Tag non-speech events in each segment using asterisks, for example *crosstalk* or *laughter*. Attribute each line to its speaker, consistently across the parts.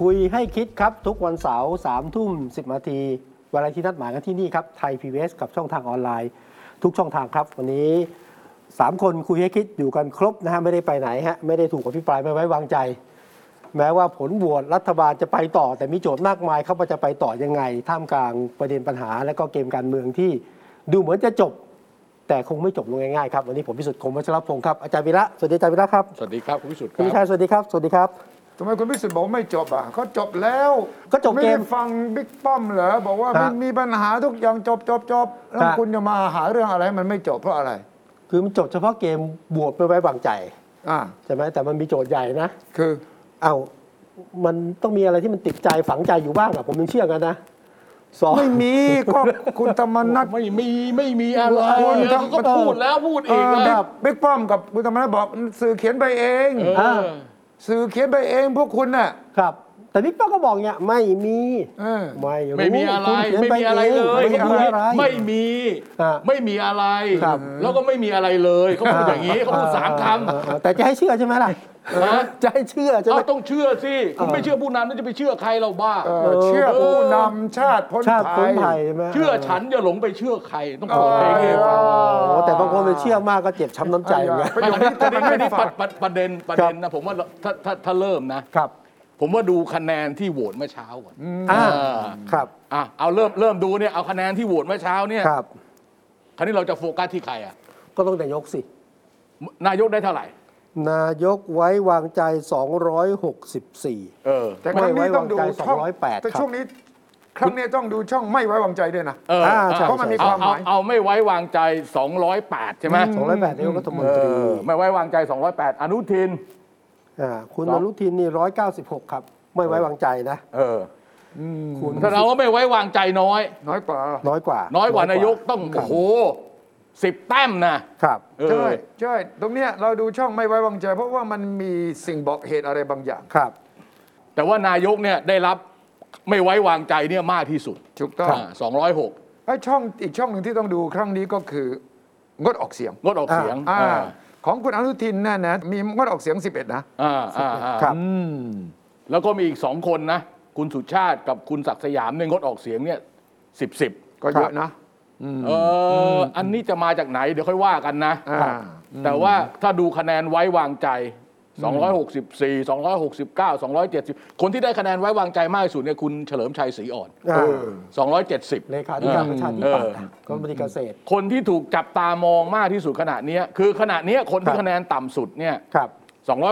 Speaker 1: คุยให้คิดครับ ทุกวันเสาร์สามทุ่มสิบนาทีเวลาที่นัดหมายกันที่นี่ครับไทยพีวีกับช่องทางออนไลน์ ทุกช่องทางครับ วันนี้ 3 คนคุยให้คิดอยู่กันครบนะฮะไม่ได้ไปไหนฮะไม่ได้ถูกอภิปรายไม่ไว้วางใจ แม้ว่าผลบวชรัฐบาลจะไปต่อ แต่มีโจทย์มากมายเขาว่าจะไปต่อยังไง ท่ามกลางประเด็นปัญหา และก็เกมการเมืองที่ดูเหมือนจะจบ แต่คงไม่จบลงง่ายๆครับวันนี้ผมพิสุทธิ์คมวัชรพงศ์ครับอาจารย์วีระสวัสดีอาจารย์วีระครับ
Speaker 2: สวัสดีครับ คุณวิสุทธิ์ค
Speaker 1: คุณวิชั
Speaker 2: รับ
Speaker 1: ยสวัสดีครับสวัสดีครับ
Speaker 3: ทำไมคุณพิสิทธิ์บอกไม่จบอ่ะเขาจบแล้ว
Speaker 1: ก็จบ
Speaker 3: ไม่
Speaker 1: เก
Speaker 3: ได้
Speaker 1: ม
Speaker 3: ฟังบิ๊กป้อมเหรอบอกว่า
Speaker 1: ฮะ
Speaker 3: มันมีปัญหาทุกอย่างจบจบจบแล้ว
Speaker 1: ฮะ
Speaker 3: คุณจะมาหาเรื่องอะไรให้มันไม่จบเพราะอะไร
Speaker 1: คือมันจบเฉพาะเกมบวกไม่ไว้วางใจ
Speaker 3: อ่า
Speaker 1: ใช่ไหมแต่มันมีโจทย์ใหญ่นะ
Speaker 3: คือ
Speaker 1: เอา้ามันต้องมีอะไรที่มันติดใจฝังใจอยู่บ้างอะผมยังเชื่อกันนะสอง
Speaker 3: ไม่มีก็คุณธรรมนัท
Speaker 2: ไม่มีไม่มีอะไร
Speaker 3: คุณทำ
Speaker 2: ก็พูดแล้วพูดอีก
Speaker 3: เออ
Speaker 2: นะ
Speaker 3: บิ๊กบิ๊กป้อมกับคุณธรรมนัทบอกสื่อเขียนไปเอง
Speaker 1: อ่า
Speaker 3: สื่อเขียนไปเองพวกคุณน่ะ
Speaker 1: ครับ แต่พี่ป้าก็บอกเนี่ยไม่มี
Speaker 3: เออ
Speaker 1: ไม่รู้
Speaker 2: ไม่มีอะไร
Speaker 1: คุณเขียนป
Speaker 2: ไม่มีอะไร
Speaker 1: ง
Speaker 2: เลย
Speaker 1: ไม่มีอะไร
Speaker 2: ไม่มี
Speaker 1: อ่ะ
Speaker 2: ไม่มีอะไร
Speaker 1: ครับ
Speaker 2: แล้วก็ไม่มีอะไรเลยเขาพูดอย่างนี้เขาพูดสามค
Speaker 1: เออเออแต่จะให้เชื่อใช่ไหมล่ะ
Speaker 2: ำนะ
Speaker 1: จะให้เชื่อใช่ไหม
Speaker 2: เอาต้องเชื่อสิคุณไม่เชื่อผู้นำแล้วจะไปเชื่อใครเราบ้า
Speaker 3: เออเชื่อผู้นำชาติพ้น
Speaker 1: ชาติคนไท
Speaker 3: ภั
Speaker 1: ย
Speaker 3: ย
Speaker 1: ใช่ไหม
Speaker 2: เชื่อฉันอย่าหลงไปเชื่อใครต้องขอเพลง
Speaker 3: เออ
Speaker 2: ให้ฟัง
Speaker 1: โอ้โหแต่บางคนไปเชื่อมากก็เจ็บช้ำน้ำใจเหมือนกัน
Speaker 3: ประโยคนี้
Speaker 2: อั
Speaker 3: ถ้าน มัน
Speaker 2: นี้อั
Speaker 3: ไม่
Speaker 2: นนี้
Speaker 3: ฟัง
Speaker 2: ประประเด็นประเด็นนะผมว่าถ้าถ้าถ้าเริ่มนะ
Speaker 1: ครับ
Speaker 2: ผมว่าดูคะแนนที่โหวตเมื่อเช้าก่อน
Speaker 1: อ่า
Speaker 2: เออ
Speaker 1: ครับ
Speaker 2: อ่ะเอาเริ่มเริ่มดูเนี่ยเอาคะแนนที่โหวตเมื่อเช้าเนี่ย
Speaker 1: ครับ
Speaker 2: คราวนี้เราจะโฟกัสที่ใครอ่ะ
Speaker 1: ก็ต้องแต่ยกสิ
Speaker 2: นายกได้เท่าไหร่
Speaker 1: นายกไว้วางใจ 264
Speaker 2: เออ
Speaker 3: แต่ครั้งนี้ต้องดู
Speaker 1: ไม่ไว้วางใจ
Speaker 3: ช่อง
Speaker 1: 208
Speaker 3: แต่
Speaker 1: ครับ
Speaker 3: ช่วงนี้ครั้งนี้ต้องดูช่องไม่ไว้วางใจด้วยนะ
Speaker 2: เออ
Speaker 1: อ่าใช่
Speaker 3: เพราะมันมี
Speaker 2: เอา
Speaker 3: ความห
Speaker 2: เอา
Speaker 3: มาย
Speaker 2: เอาไม่ไว้วางใจ 208 ใช่ไหม
Speaker 1: 208นายกรัฐมน
Speaker 2: เอ
Speaker 1: ตรี
Speaker 2: อไม่ไว้วางใจ 208 อนุทิน
Speaker 1: าคุณ
Speaker 2: หร
Speaker 1: อ
Speaker 2: อ
Speaker 1: นุทินนี่ 196 ครับ ไม่ไว้วางใจนะ
Speaker 2: เออ
Speaker 1: คุณ
Speaker 2: ถ้าเราว่าไม่ไว้วางใจน้อย
Speaker 3: น้อยกว่า
Speaker 1: น้อยกว่า
Speaker 2: น้อยกว่านายกต้องโอ้โหสิบแต้มนะครับ เออ
Speaker 3: ใช่ใช่ตรงเนี้ยเราดูช่องไม่ไว้วางใจ เพราะว่ามันมีสิ่งบอกเหตุอะไรบางอย่าง
Speaker 1: ครับ
Speaker 2: แต่ว่านายกเนี่ยได้รับไม่ไว้วางใจเนี่ยมากที่สุด
Speaker 3: ถูกต้อง
Speaker 2: อ่า206
Speaker 3: ไอ้ช่องอีกช่องหนึ่งที่ต้องดูครั้งนี้ก็คืองดออกเสียง
Speaker 2: งดออกเสียง
Speaker 3: อาของคุณอนุทินน่ะนะมีงดออกเสียง 11 นะ
Speaker 2: อ่าอ่าอ่า
Speaker 1: ครับ
Speaker 2: แล้วก็มีอีกสองคนนะ คุณสุชาติกับคุณศักดิ์สยามเนี่ยงดออกเสียงเนี่ยสิบสิบ
Speaker 3: ก็เยอะนะ
Speaker 2: เออออันนี้จะมาจากไหนเดี๋ยวค่อยว่ากันนะ
Speaker 3: อ่า
Speaker 2: แต่ว่าถ้าดูคะแนนไว้วางใจ 264 269 270 คนที่ได้คะแนนไว้วางใจมากที่สุดเนี่ยคุณเฉลิมชัยศรีอ่อน
Speaker 1: อ่า
Speaker 2: 270
Speaker 1: เลขาธิการประชาธิปัตย์
Speaker 2: เออ
Speaker 1: ก็บริเกษตร
Speaker 2: คนที่ถูกจับตามองมากที่สุดขณะเนี้ยคือขณะเนี้ยคน
Speaker 1: ค
Speaker 2: ที่
Speaker 1: รับ
Speaker 2: คะแนนต่ำสุดเนี่ย
Speaker 1: ครับ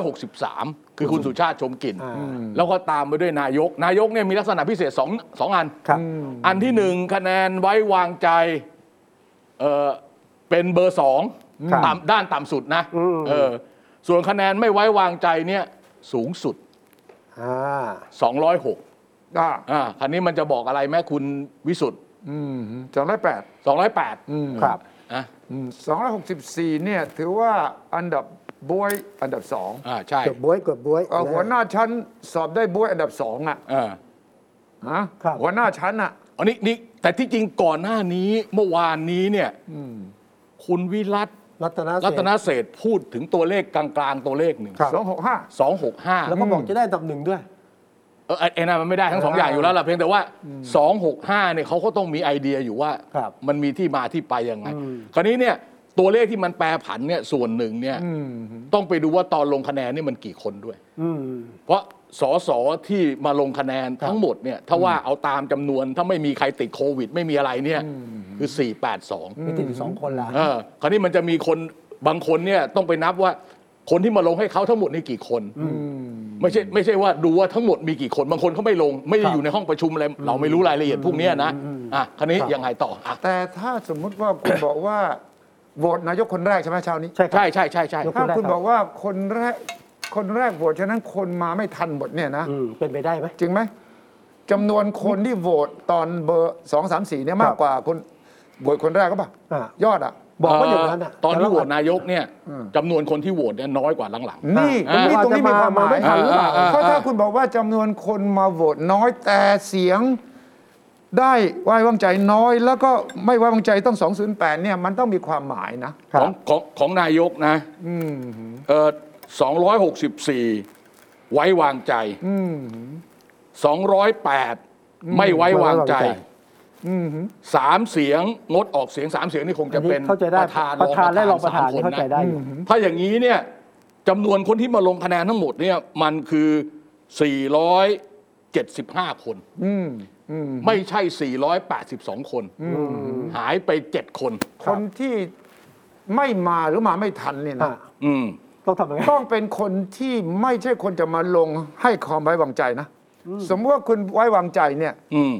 Speaker 2: 263 คือคุณสุชาติชมกลิ่น
Speaker 1: อ่า
Speaker 2: แล้วก็ตามไปด้วยนายก นายกเนี่ยมีลักษณะพิเศษสองสองอัน
Speaker 1: ครับ
Speaker 2: อันที่หนึ่งคะแนนไว้วางใจเออเป็นเบอร์สอง
Speaker 1: ครับ
Speaker 2: ต่ำด้านต่ำสุดนะ
Speaker 1: อืม
Speaker 2: เออส่วนคะแนนไม่ไว้วางใจเนี่ยสูงสุด
Speaker 1: อ่า
Speaker 2: 206
Speaker 3: อ่า
Speaker 2: อ่าคันนี้มันจะบอกอะไรแม่คุณวิสุทธ์
Speaker 3: สองร้อยแปด
Speaker 2: 208
Speaker 1: ครับ
Speaker 2: อ่ะ
Speaker 3: สองร้อยหกสิบสี่เนี่ยถือว่าอันดับบวยอันดับสอง
Speaker 2: อ่าใช่
Speaker 1: เกือบบวยเกือบบวย
Speaker 3: เอ่อหัวห
Speaker 1: นะ
Speaker 3: น้าชั้นสอบได้บวยอันดับสองอ่ะ
Speaker 2: เออ
Speaker 3: ฮะ
Speaker 1: ครับ
Speaker 3: หัวหน้าชั้นอ่ะ
Speaker 2: อันนี้นี่แต่ที่จริงก่อนหน้านี้เมื่อวานนี้เนี่ยคุณวิรัต
Speaker 1: รัตนเศ
Speaker 2: รัต
Speaker 1: ษ
Speaker 2: นเศรษฐ์พูดถึงตัวเลขกลางๆตัวเลขหนึ่ง
Speaker 1: ครับ
Speaker 3: สองหกห้า
Speaker 2: สองหกห้า
Speaker 1: แล้วก็บอกจะได้อันดับหนึ่งด้วย
Speaker 2: เออไอ้ไอ้นั่นมันไม่ได้ทั้งสองอย่างอยู่แล้วล่ะเพียงแต่ว่า 265เนี่ยเขาก็ต้องมีไอเดียอยู่ว่า
Speaker 1: ครับ
Speaker 2: มันมีที่มาที่ไปยังไง คราวนี้เนี่ยตัวเลขที่มันแปรผันเนี่ยส่วนหนึ่งเนี่ยต้องไปดูว่าตอนลงคะแนนนี่มันกี่คนด้วย
Speaker 1: อืม
Speaker 2: เพราะสสที่มาลงคะแนนทั้งหมดเนี่ยถ้าว่าเอาตามจำนวนถ้าไม่มีใครติดโควิด ไม่มีอะไรเนี่ยคือ 482
Speaker 1: มีติดอยู่สองคนละ
Speaker 2: เออคราวนี้มันจะมีคนบางคนเนี่ยต้องไปนับว่าคนที่มาลงให้เขาทั้งหมดนี่กี่คน ไม่ใช่ไม่ใช่ว่าดูว่าทั้งหมดมีกี่คนบางคนเขาไม่ลง ไม่ได้อยู่ในห้องประชุมอะไรเราไม่รู้รายละเอียดพวกเนี้ยนะอ่ะคันนี้ยังไงต่ออ่ะ
Speaker 3: แต่ถ้าสมมุติว่าคุณ บอกว่าโหวตนายกคนแรกใช่ไหมเช้านี้
Speaker 1: ใช่ครั
Speaker 2: ใช่
Speaker 1: บ
Speaker 2: ใช่ใช่ใช่
Speaker 1: ยก
Speaker 3: ถ้าคุ
Speaker 1: ค
Speaker 3: ณ
Speaker 1: นแรกครับ
Speaker 3: บอกว่าคนแรก คนแรกโหวตฉะนั้นคนมาไม่ทันหมดเนี่ยนะ
Speaker 1: อืมเป็นไปได้ไหม
Speaker 3: จริงไหมจำนวนคนที่โหวตตอนเบอร์สองสามสี่เนี่ยมากกว่าคนโหวตคนแรกก็ปล่ะ
Speaker 1: อ่ะ
Speaker 3: ยอดอ่ะ
Speaker 1: บอกว่าอย่างนั้นอ่ะ
Speaker 2: ตอนที่โหวต
Speaker 1: แ
Speaker 2: นายกเนี่ยจำนวนคนที่โหวตเนี่ยน้อยกว่าหลัง
Speaker 3: นี่
Speaker 2: อ่า
Speaker 3: ตรงนี้ตรงนี้มีความหมาย
Speaker 1: อาจจะมาไม่ทันหรือเปล่า
Speaker 3: เพราะถ้าคุณบอกว่าจำนวนคนมาโหวตน้อยแต่เสียงได้ไว้วางใจน้อย แล้วก็ไม่ไว้วางใจต้อง 208 เนี่ยมันต้องมีความหมายนะ
Speaker 1: ครับ
Speaker 2: ของของของนายกนะเออสองร้อยหกสิบสี่ไว้วางใจสองร้อยแปดไม่ไว้วางใจ
Speaker 1: ไม่ไว้วางใจ
Speaker 2: สามเสียงงดออกเสียงสามเสียงนี่คง
Speaker 1: อั
Speaker 2: จะ
Speaker 1: นนี้
Speaker 2: เป็น
Speaker 1: เข้าใจได้
Speaker 2: ประธาน
Speaker 1: ประธานและรองประธาน
Speaker 2: สมคน
Speaker 1: เข้าใจได้อยู่
Speaker 2: ถ้าอย่างนี้เนี่ยจำนวนคนที่มาลงคะแนนทั้งหมดเนี่ยมันคือ 475 คน
Speaker 3: อืมอืม
Speaker 2: ไม่ใช่ 482 คน หายไป 7 คน
Speaker 3: คนที่ไม่มาหรือมาไม่ทันเนี่ย
Speaker 1: อ่ะ
Speaker 3: นะ
Speaker 2: อืม
Speaker 1: ต้องทำยังไง
Speaker 3: ต้องเป็นคนที่ไม่ใช่คนจะมาลงให้ความไว้วางใจนะ สมมติว่าคุณไว้วางใจเนี่ย
Speaker 2: อืม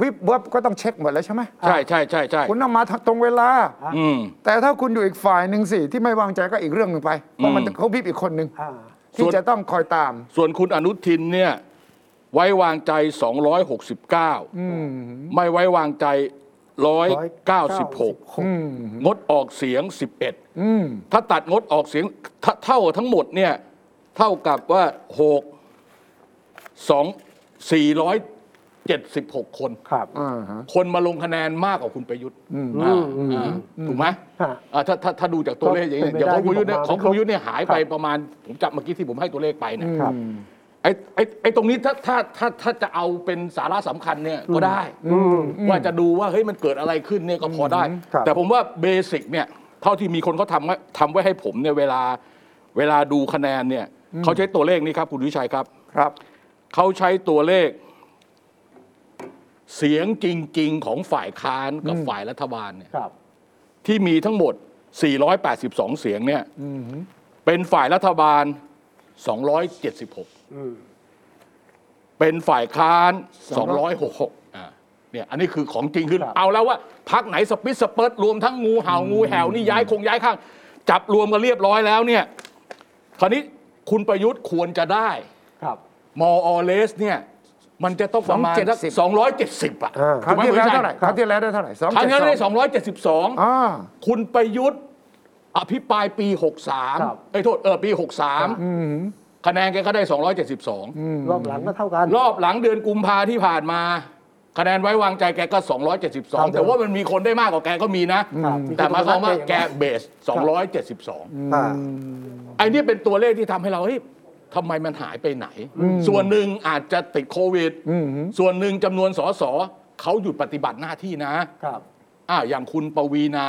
Speaker 3: วิบวับก็ต้องเช็คหมดแล้วใช่ไหม
Speaker 2: ใช่ใช่ใช่ใช่
Speaker 3: คุณต้องมาตรงเวลา
Speaker 2: อืม
Speaker 3: แต่ถ้าคุณอยู่อีกฝ่ายหนึ่งสิที่ไม่วางใจก็อีกเรื่องหนึ่งไปเพราะมัน
Speaker 2: อืม
Speaker 3: เขาพิบอีกคนหนึ่ง
Speaker 1: อ่า
Speaker 3: ที่จะต้องคอยตาม
Speaker 2: ส่วนคุณอนุทินเนี่ย ไว้วางใจ 269 ไม่ไว้วางใจ 196 งดออกเสียง
Speaker 3: อืม
Speaker 2: 11 ถ้าตัดงดออกเสียงเท่าเท่าทั้งหมดเนี่ย เท่ากับว่า 6 2 476 คน
Speaker 1: ครับ
Speaker 3: อ่าฮะ
Speaker 2: คนมาลงคะแนนมากกว่าคุณประยุทธ์อ่าอ่าถูกไหม
Speaker 1: ค่ะ
Speaker 2: อ่าถ้าถ้าถ้าดูจากตัวเลขอย่างนี้
Speaker 1: ก็เป็นไป
Speaker 2: อย่างข
Speaker 1: ได้
Speaker 2: องคุณประยุทธ์เนี่ย
Speaker 1: ที่
Speaker 2: ข
Speaker 1: ผมมา
Speaker 2: องคุณประยุทธ์เนี่ยหายไป
Speaker 1: ครับ
Speaker 2: ประมาณ ผมจับเมื่อกี้ที่ผมให้ตัวเลขไปเนี่ย
Speaker 1: ครับ
Speaker 2: ไอ้ไอ้ไอ้ตรงนี้ถ้าถ้าถ้าถ้าจะเอาเป็นสาระสำคัญเนี่ยก็ได้ว่าจะดูว่าเฮ้ยมันเกิดอะไรขึ้นเนี่ยก็พอได้
Speaker 1: ครับ
Speaker 2: แต่ผมว่าเบสิกเนี่ยเท่าที่มีคนเขาทำไว้ทำไว้ให้ผมเนี่ยเวลาเวลาดูคะแนนเนี่ยเขาใช้ตัวเลขนี้ครับ คุณวิชัยครับ
Speaker 3: ครับ
Speaker 2: เขาใช้ตัวเลข เสียงจริง ๆ ของฝ่ายค้านกับฝ่ายรัฐบาลเนี่ย
Speaker 1: ครับ
Speaker 2: ที่มีทั้งหมด 482 เสียงเนี่ยเป็นฝ่ายรัฐบาล 276
Speaker 1: อืม
Speaker 2: เป็นฝ่ายค้าน
Speaker 3: สองร้อย
Speaker 2: 266อ่าเนี่ยอันนี้คือของจริงคือ
Speaker 1: ครับ
Speaker 2: เอาแล้วว่าพักไหนสปิดสเปิดรวมทั้งงูเห่างูแหวนี่ย้ายคงย้ายข้าง จับรวมกันเรียบร้อยแล้วเนี่ยคราวนี้คุณประยุทธ์ควรจะได้
Speaker 1: ครับ
Speaker 2: มอเลสเนี่ยมันจะต้องประมาณสัก
Speaker 3: 270
Speaker 2: สองร้อยเจ็ดสิบอ่ะ
Speaker 1: อ่า
Speaker 3: ครั้ง
Speaker 2: ถูกม
Speaker 3: ที่แล้ว
Speaker 2: คุณชัย
Speaker 3: เท่าไหร่ครั้งที่แล้วได้เท่าไหร่สอง
Speaker 2: ครั้ง
Speaker 3: เจ็ด
Speaker 2: ที่แล้วได้ส
Speaker 3: สอง
Speaker 2: องร้อยเจ็ดสิบสอง
Speaker 3: อ่า
Speaker 2: คุณประยุทธ์อภิปรายปีหกสาม
Speaker 1: ครับ
Speaker 2: ไอ้ยโทษเออปีหกสามคะแนนแกก็ได้สองร้อยเจ็ดสิบสอง
Speaker 1: รอบหลังก็เท่ากัน
Speaker 2: รอบหลังเดือนกุมภาที่ผ่านมา คะแนนไว้วางใจแกก็
Speaker 1: ครับ
Speaker 2: 272 แต่ว่ามันมีคนได้มากกว่าแกก็มีนะ
Speaker 1: ครับ
Speaker 2: แต่หมายความว่าแกเบส
Speaker 1: ครับ
Speaker 2: 272
Speaker 1: อ่า
Speaker 2: ไอ้นี่เป็นตัวเลขที่ทำให้เราเฮ้ยทำไมมันหายไปไหน ส่วนหนึ่งอาจจะติดโควิด ส่วนหนึ่งจำนวนสสเขาหยุดปฏิบัติหน้าที่นะครับ อ้าวอย่างคุณปวีนา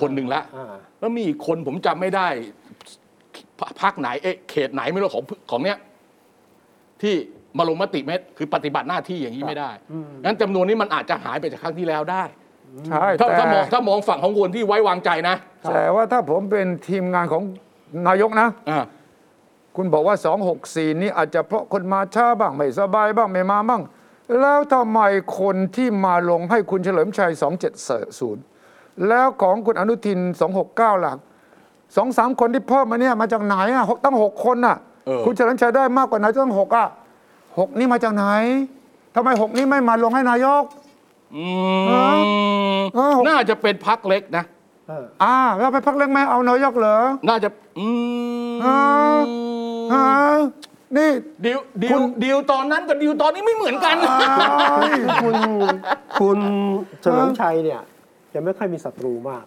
Speaker 2: คนหนึ่งละ
Speaker 1: อ่า
Speaker 2: แล้วมีอีกคนผมจำไม่ได้พพักไหนเอ๊ะเขตไหนไม่รู้ของของเนี้ยที่มาลงมติเม็ดคือปฏิบัติหน้าที่อย่างนี้ไม่ได้งั้นจำนวนนี้มันอาจจะหายไปจากครั้งที่แล้วได้
Speaker 3: ใช่
Speaker 2: ถ้า
Speaker 3: แต่
Speaker 2: ถ้ามองถ้ามองฝั่งของคนที่ไว้วางใจนะ
Speaker 3: แต่ว่าถ้าผมเป็นทีมงานของนายกนะ
Speaker 2: อ่า
Speaker 3: คุณบอกว่า 264 นี่อาจจะเพราะคนมาช้าบ้าง ไม่สบายบ้างไม่มาบ้าง แล้วทำไมคนที่มาลงให้คุณเฉลิมชัย 270 แล้วของคุณอนุทิน 269 หลักสองสามคนที่เพิ่มมาเนี่ยมาจากไหนอ่ะหกตั้งหกคนอ่ะ
Speaker 2: เออ
Speaker 3: คุณเฉลิมชัยได้มากกว่านายกตั้งหกอ่ะหกนี่มาจากไหนทำไมหกนี่ไม่มาลงให้นายก
Speaker 2: อื
Speaker 3: ฮะ
Speaker 2: ม
Speaker 3: อ้าว
Speaker 2: น่าจะเป็นพักเล็กนะ
Speaker 1: เออ
Speaker 3: อ่าแล้วไปพักเล็กไม่เอานายกเหรอ
Speaker 2: น่าจะ อืม
Speaker 3: ฮะ ฮะนี่
Speaker 2: ดิวดิ
Speaker 3: คุ
Speaker 2: ว
Speaker 3: ณ
Speaker 2: ดิวตอนนั้นกับดิวตอนนี้ไม่เหมือนกัน
Speaker 3: *laughs*
Speaker 1: คุณคุณเฉลิมชัยเนี่ยจะไม่ค่อยมีศัตรูมาก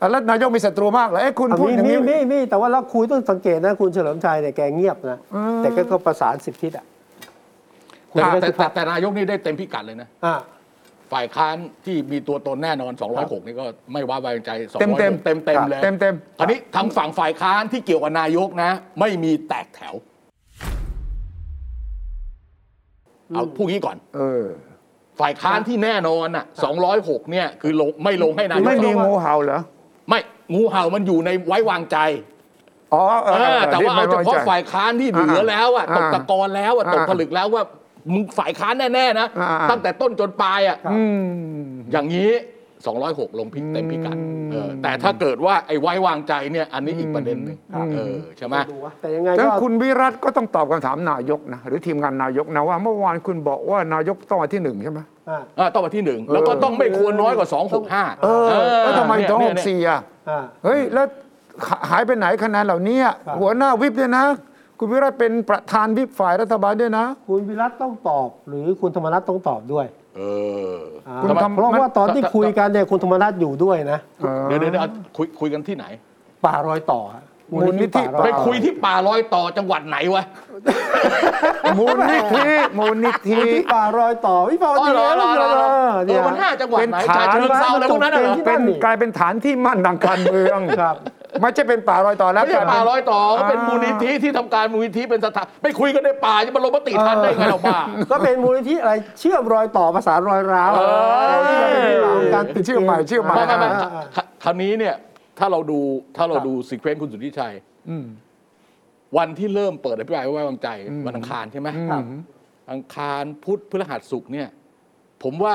Speaker 3: อ่ะแล้วนายกมีศัตรูมากเหรอเอ๊ะคุณ
Speaker 1: อ่ะ
Speaker 3: พูด
Speaker 1: มี
Speaker 3: อย่าง
Speaker 1: มี
Speaker 3: นี้
Speaker 1: มีมีแต่ว่าเราคุยต้องสังเกตนะคุณเฉลิมชัยเนี่ยแกเงียบนะ
Speaker 3: อืม
Speaker 1: แต่แกก็ประสานสิบทิศอ่ะคุย
Speaker 2: แต่
Speaker 1: ได้
Speaker 2: แต่
Speaker 1: ทุก
Speaker 2: แต่
Speaker 1: พัก
Speaker 2: แต่นายกนี่ได้เต็มพิกัดเลยนะ
Speaker 1: อ่ะ
Speaker 2: ฝ่ายค้านที่มีตัวตนแน่นอน 206 นี่ก็ไม่ว้าวางใจ200
Speaker 3: เต็มเต็ม
Speaker 2: เต็มเต็ม
Speaker 3: ครับ
Speaker 2: เลย
Speaker 3: เต็มเต็ม
Speaker 2: อันนี้ทางฝั่งฝ่ายค้านที่เกี่ยวกับนายกนะ ไม่มีแตกแถว เอาพูดงี้ก่อน
Speaker 3: เออ
Speaker 2: ฝ่ายค้านที่แน่นอนอ่ะ206 เนี่ย คือลงไม่ลงให้นายก
Speaker 3: ไม่มี
Speaker 1: เพราะว่า
Speaker 3: งูเห่าเหรอ
Speaker 2: ไม่งูเห่ามันอยู่ในไว้วางใจ
Speaker 3: อ๋อเออ
Speaker 2: เอ
Speaker 3: เอ
Speaker 2: อ
Speaker 3: อ
Speaker 2: แต่ว่าเอาเฉพาะ
Speaker 3: รีบไป
Speaker 2: ฝ่ายค้านที่เหลือแล้วอ่ะต
Speaker 3: อ่าก
Speaker 2: ตะกอนแล้วอ่ะ
Speaker 3: อ่า
Speaker 2: ตกผลึกแล้วว่ามึงฝ่ายค้านแน่ ๆ นะ
Speaker 3: อ่า
Speaker 2: ตั้งแต่ต้นจนปลายอ่ะ
Speaker 3: อืม
Speaker 2: อย่างนี้ 206 ลงพิกเต็มพิกัดเออแต่ถ้าเกิดว่าไอ้ไว้วางใจเนี่ยอันนี้อีกประเด็นหนึ่งเออใช่ไหม
Speaker 1: ดูวะแต่ยังไง
Speaker 3: ฉะนั้
Speaker 1: ก็
Speaker 3: นคุณวิรัตก็ต้องตอบคำถามนายกนะหรือทีมงานนายกนะว่าเมื่อวานคุณบอกว่านายกต้องวันที่หนึ่งใช่ไหม
Speaker 1: อ่า
Speaker 2: อ่าต้องมาที่หนึ่งแล้วก็ต้องไม่ควรน้อยกว่า 265
Speaker 3: เออแล้วทำไม
Speaker 2: เนี่ย
Speaker 3: สองห
Speaker 2: เนี่ย
Speaker 3: ก
Speaker 2: เนี่ย
Speaker 3: สี่อ่ะ
Speaker 1: อ่า
Speaker 3: เฮ้ย แล้วหายไปไหนคะแนนเหล่านี้อะ
Speaker 1: ครับ
Speaker 3: หัวหน้าวิปด้วยนะ คุณวิรัตเป็นประธานวิปฝ่ายรัฐบาลด้วยนะ
Speaker 1: คุณวิรัตต้องตอบ หรือคุณธรรมนัฐต้องตอบด้วย
Speaker 2: เออ
Speaker 1: อ่า
Speaker 3: คุณธรรม
Speaker 1: เพราะว่าตอนที่คุยกันเนี่ยคุณธรรมนัฐอยู่ด้วยนะ
Speaker 3: เออ
Speaker 2: เดี๋ยวเดี๋ยวเดี๋ยวเอาคุยคุยกันที่ไหน
Speaker 1: ป่ารอยต่อฮะ
Speaker 3: มูลนิธิ
Speaker 1: ป่ารอ
Speaker 2: ไป
Speaker 1: ต่อ
Speaker 2: คุยที่ป่าลอยต่อจังหวัดไหนวะ
Speaker 3: มูลนิธิมูลนิธิ
Speaker 1: ที่ป่ารอยต่อวิภาว
Speaker 2: อ๋อ
Speaker 1: ดี
Speaker 2: เหรอเหรอเหรอเหรอเอ
Speaker 1: เนี่ย
Speaker 2: อมันห้าจังหวัดไหน
Speaker 3: เป็น
Speaker 2: ชา
Speaker 3: ฐาน
Speaker 2: เชิงเซาอะไรพวกนั้นน่ะเหรอ
Speaker 1: ที่
Speaker 3: เป็น
Speaker 1: บ้านนี่
Speaker 3: กลายเป็นฐานที่มั่นทางการเมือง
Speaker 1: ครับ
Speaker 3: ไม่ใช่เป็นป่ารอยต่อแล้ว
Speaker 2: ไม่ใช่ป่าลอยต่อก็เป็น
Speaker 3: อ่า
Speaker 2: มูลนิธิที่ทำการมูลนิธิเป็นสถานไปคุยกันในป่าจะมาลงมติทันได้ไงเราบ้า
Speaker 1: ก็เป็นมูลนิธิอะไรเชื่อมรอยต่อภาษารอยร้าว
Speaker 2: เออ
Speaker 1: ที่เราเป็นที่มาของการติด
Speaker 3: เชื่อมใหม่เชื่อมให
Speaker 2: ไม่ไม่ไม่
Speaker 1: อ่าอ่าอ่า
Speaker 2: คราวนี้เนี่ยถ้าเราดูถ้าเรา
Speaker 1: ครับ
Speaker 2: ดูซีเควนต์คุณสุทธิชัย
Speaker 3: อืม
Speaker 2: วันที่เริ่มเปิดอภิปรายไม่ไว้วางใจวันอังคารใช่ไหม
Speaker 3: ครับ
Speaker 2: อังคารพุธพฤหัสศุกร์เนี่ย ผมว่า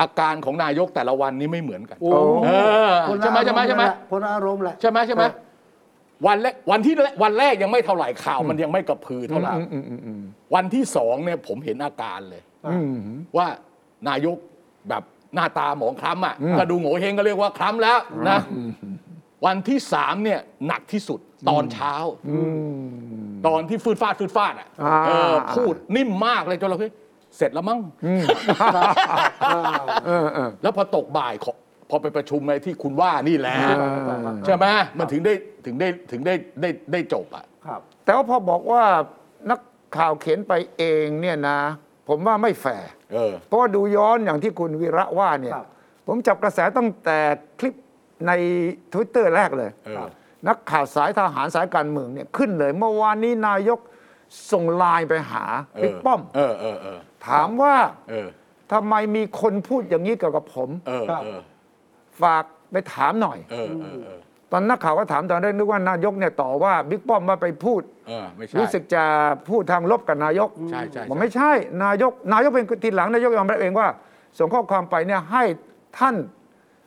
Speaker 2: อาการของนายกแต่ละวันนี้ไม่เหมือนกัน
Speaker 1: โอ้
Speaker 2: เออ
Speaker 1: คนละ
Speaker 2: ใช่ไหมใช่ไหมใช่ไหม
Speaker 1: คนละอารมณ์แหละ
Speaker 2: ใช่ไหมใช่ไหม
Speaker 1: ครับ
Speaker 2: วันแรกวันที่วันแรกยังไม่เท่าไหร่ข่าวมันยังไม่กระพือเท่าไหร่
Speaker 3: อืมอืมอืมอืม
Speaker 2: วันที่สองเนี่ยผมเห็นอาการเลย
Speaker 3: อืม
Speaker 2: ว่านายกแบบหน้าตาหมองคล้ำอ่ะ
Speaker 3: อืม
Speaker 2: กระดูโง่เฮงก็เรียกว่าคล้ำแล้วนะวันที่สามเนี่ยหนักที่สุดตอนเช้า
Speaker 3: อืม
Speaker 2: ตอนที่ฟืดฟาดฟืดฟาดอ่ะ
Speaker 3: อ่า
Speaker 2: เออพูดนิ่มมากเลยจนเราเฮ้ยเสร็จแล้วมั้ง
Speaker 3: เออเออ
Speaker 2: แล้วพอตกบ่ายขอพอไปประชุมในที่คุณว่านี่แหละ
Speaker 3: อ่า
Speaker 2: ใช่ไหมมันถึงได้ถึงได้ถึงได้ได้ได้จบอ่ะ
Speaker 1: ครับ
Speaker 3: แต่ว่าพอบอกว่านักข่าวเขียนไปเองเนี่ยนะ ผมว่าไม่แฟร์
Speaker 2: เออ
Speaker 3: เพราะว่าดูย้อนอย่างที่คุณวิระว่าเนี่ย
Speaker 1: ครับ
Speaker 3: ผมจับกระแสตั้งแต่คลิปใน Twitter แรกเลย
Speaker 2: เออ
Speaker 3: นักข่าวสายทหารสายการเมืองเนี่ยขึ้นเลย เมื่อวานนี้นายกส่งไลน์ไปหาบิ๊กป้อม
Speaker 2: เออเออเออ
Speaker 3: ถามว่า
Speaker 2: เออ
Speaker 3: ทำไมมีคนพูดอย่างนี้เกี่ยวกับผม
Speaker 2: เออ
Speaker 1: ครับ
Speaker 2: เออ
Speaker 3: ฝากไปถามหน่อย
Speaker 2: เออเออเออ
Speaker 3: ตอนนักข่าวก็ถามตอนแรกนึกว่านายกเนี่ยต่อว่าบิ๊กป้อมมาไปพูด
Speaker 2: เออไม่ใช่
Speaker 3: รู้สึกจะพูดทางลบกับนายก
Speaker 2: ใช่ใช่ใช่
Speaker 3: บอกไม่ใช่ นายก นายกเป็นคนทีหลังนายกยอมรับเองว่า ส่งข้อความไปเนี่ยให้ท่าน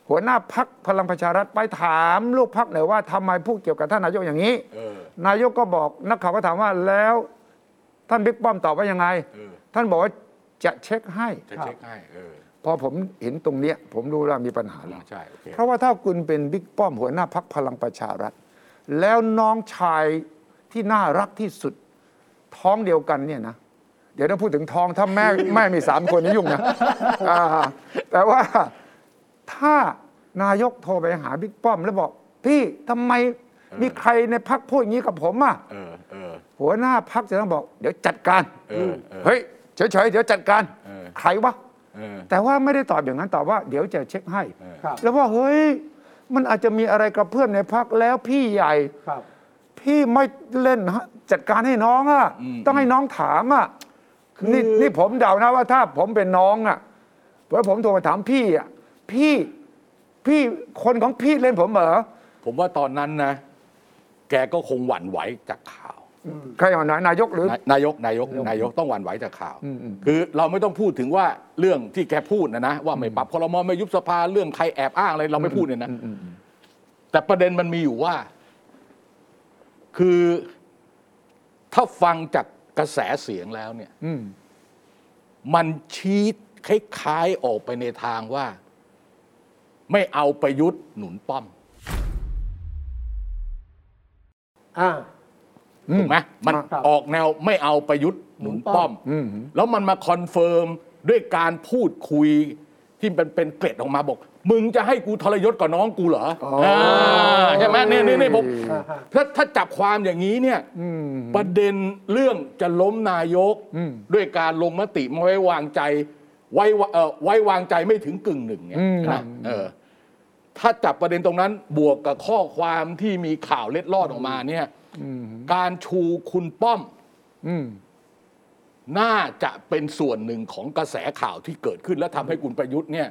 Speaker 3: หัวหน้าพักพลังประชารัฐไปถามลูกพักหน่อยว่าทำไมพูดเกี่ยวกับท่านนายกอย่างนี้
Speaker 2: เออ
Speaker 3: นายกก็บอกนักข่าวก็ถามว่าแล้วท่านบิ๊กป้อมตอบว่ายังไง
Speaker 2: เออ
Speaker 3: ท่านบอกว่าจะเช็คให้
Speaker 2: จะเช็คให้เออ
Speaker 3: พอผมเห็นตรงเนี้ยผมรู้ว่ามีปัญหาแล้ว
Speaker 2: ใช่โอเค
Speaker 3: เพราะว่าถ้าคุณเป็นบิ๊กป้อมหัวหน้าพักพลังประชารัฐ แล้วน้องชายที่น่ารักที่สุดท้องเดียวกันเนี่ยนะ เดี๋ยวต้องพูดถึงท้องถ้าแม่
Speaker 2: *laughs*
Speaker 3: แม่มีสามคนนี่ยุ่งนะอ่าแต่ว่าถ้านายกโทรไปหาบิ๊กป้อมแล้วบอก พี่ทำไมมีใครในพักพูดอย่างนี้กับผมอ่ะ
Speaker 2: เออเออ
Speaker 3: หัวหน้าพักจะต้องบอก เดี๋ยวจัดการ
Speaker 2: เออเออ
Speaker 3: เฮ้ยเฉยๆเดี๋ยวจัดการ
Speaker 2: เออ
Speaker 3: ใครวะ
Speaker 2: เออ
Speaker 3: แต่ว่าไม่ได้ตอบอย่างนั้นตอบว่าเดี๋ยวจะเช็คให้
Speaker 2: เออ
Speaker 1: ครับ
Speaker 3: แล้วว่าเฮ้ย มันอาจจะมีอะไรกับเพื่อนในพักแล้วพี่ใหญ่
Speaker 1: ครับ
Speaker 3: พี่ไม่เล่นฮะจัดการให้น้องอะต้องให้น้องถามอะนี่นี่ผมเดานะว่าถ้าผมเป็นน้องอะเพราะผมโทรมาถามพี่อะพี่พี่คนของพี่เล่นผมเหรอ
Speaker 2: ผมว่าตอนนั้นนะ แกก็คงหวั่นไหวจากข่าว
Speaker 3: ใครเอาหน่อยนายกหรือ
Speaker 2: นายนายกนายกนายกต้องหวั่นไหวจากข่าว คือเราไม่ต้องพูดถึงว่าเรื่องที่แกพูดนะนะว่าไม่ปรับคอรมอไม่ยุบสภาเรื่องใครแอบอ้างอะไรเราไม่พูดเนี่ยนะแต่ประเด็นมันมีอยู่ว่า คือถ้าฟังจากกระแสเสียงแล้วเนี่ย
Speaker 3: อืม
Speaker 2: มันชี้คล้ายๆออกไปในทางว่า ไม่เอาประยุทธ์หนุนป้อม
Speaker 1: อ่า
Speaker 2: ถูกไหมมัน
Speaker 1: ครับ
Speaker 2: ออกแนวไม่เอาประยุทธ์หนุนป้อม แล้วมันมาคอนเฟิร์มด้วยการพูดคุยที่มันเป็นเกร็ดออกมาบอก มึงจะให้กูทรยศกับน้องกูเหรออาใช่ไหมนี่นี่นี่ผม
Speaker 1: อ่าฮะ
Speaker 2: ถ้าถ้าจับความอย่างนี้เนี่ยประเด็นเรื่องจะล้มนายกด้วยการลงมติไม่ไว้วางใจ ไว้วะเอ่อไว้วางใจไม่ถึงกึ่งหนึ่งเนี่ยนะเออ ถ้าจับประเด็นตรงนั้นบวกกับข้อความที่มีข่าวเล็ดลอดออกมาเนี่ย การชูคุณป้อม
Speaker 3: อืม
Speaker 2: น่าจะเป็นส่วนหนึ่งของกระแสข่าวที่เกิดขึ้น และทำให้คุณประยุทธ์เนี่ย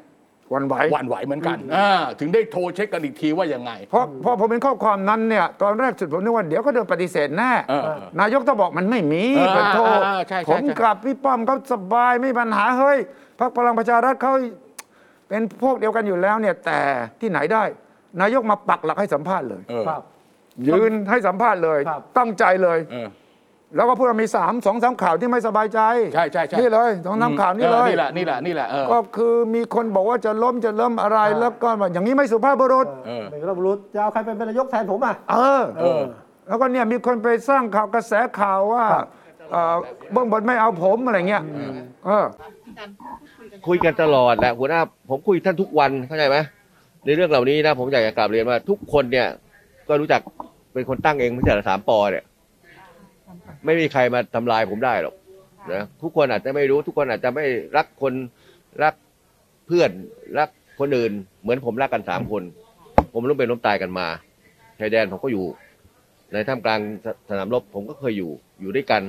Speaker 3: วันไหว
Speaker 2: หวั่นไหวเหมือนกันอ่าถึงได้โทรเช็คกันอีกทีว่ายังไง
Speaker 3: เพราะเพอผมเป็นข้อความนั้นเนี่ย ตอนแรกสุดผมนึกว่า เดี๋ยวก็โดนปฏิเสธแน่
Speaker 2: เออเออน
Speaker 3: ายกต้องบอกมันไม่มี
Speaker 2: เออ
Speaker 3: ขอโทษ
Speaker 2: เออเออใช่ใช่
Speaker 3: ผม
Speaker 2: ใช่
Speaker 3: กับพี่ป้อมเขาสบายไม่มีปัญหาเฮ้ยพรรคพลังประชารัฐเขา เป็นพวกเดียวกันอยู่แล้วเนี่ยแต่ที่ไหนได้ นายกมาปักหลักให้สัมภาษณ์เลย
Speaker 2: เออ
Speaker 1: ครับ
Speaker 3: ยืนให้สัมภาษณ์เลย
Speaker 1: ครับ
Speaker 3: ตั้งใจเลย
Speaker 2: เออ
Speaker 3: แล้วก็พูดว่ามีสามสองสามข่าวที่ไม่สบายใจ
Speaker 2: ใช่ใช่ใช่
Speaker 3: นี่เลยสองสามข่าวนี่
Speaker 2: ออ
Speaker 3: เลย
Speaker 2: นี่แหละนี่แหละนี่แหละเออ
Speaker 3: ก็คือมีคนบอกว่าจะล้มจะเริ่มอะไร
Speaker 1: อ่า
Speaker 3: แล้วก็แบบอย่างนี้ไม่สุภาพบุรุษ
Speaker 2: เออ
Speaker 1: ไม่รับรู้จะเอาใครเป็นนายกแทนผมอ่ะ
Speaker 3: เออ
Speaker 2: เออ
Speaker 3: แล้วก็เนี่ยมีคนไปสร้างข่าวกระแสข่าวว่าเอ่อเบื้องบนไม่เอาผมอะไรเงี้ยเออ
Speaker 4: คุยกันตลอดแหละหัวหน้าผมคุยท่านทุกวันเข้าใจไหมในเรื่องเหล่านี้นะผมอยากจะกลับเรียนว่า ทุกคนเนี่ย ก็รู้จักเป็นคนตั้งเองไม่ใช่เหรอสามปอเนี่ย ไม่มีใครมาทำลายผมได้หรอกนะทุกคนอาจจะไม่รู้ ทุกคนอาจจะไม่รักคนรักเพื่อนรักคนอื่น เหมือนผมรักกันสามคน ผมร่วมเป็นร่วมตายกันมาชายแดนผมก็อยู่ ในท่ามกลางสสนามรบผมก็เคยอยู่อยู่ด้วยกัน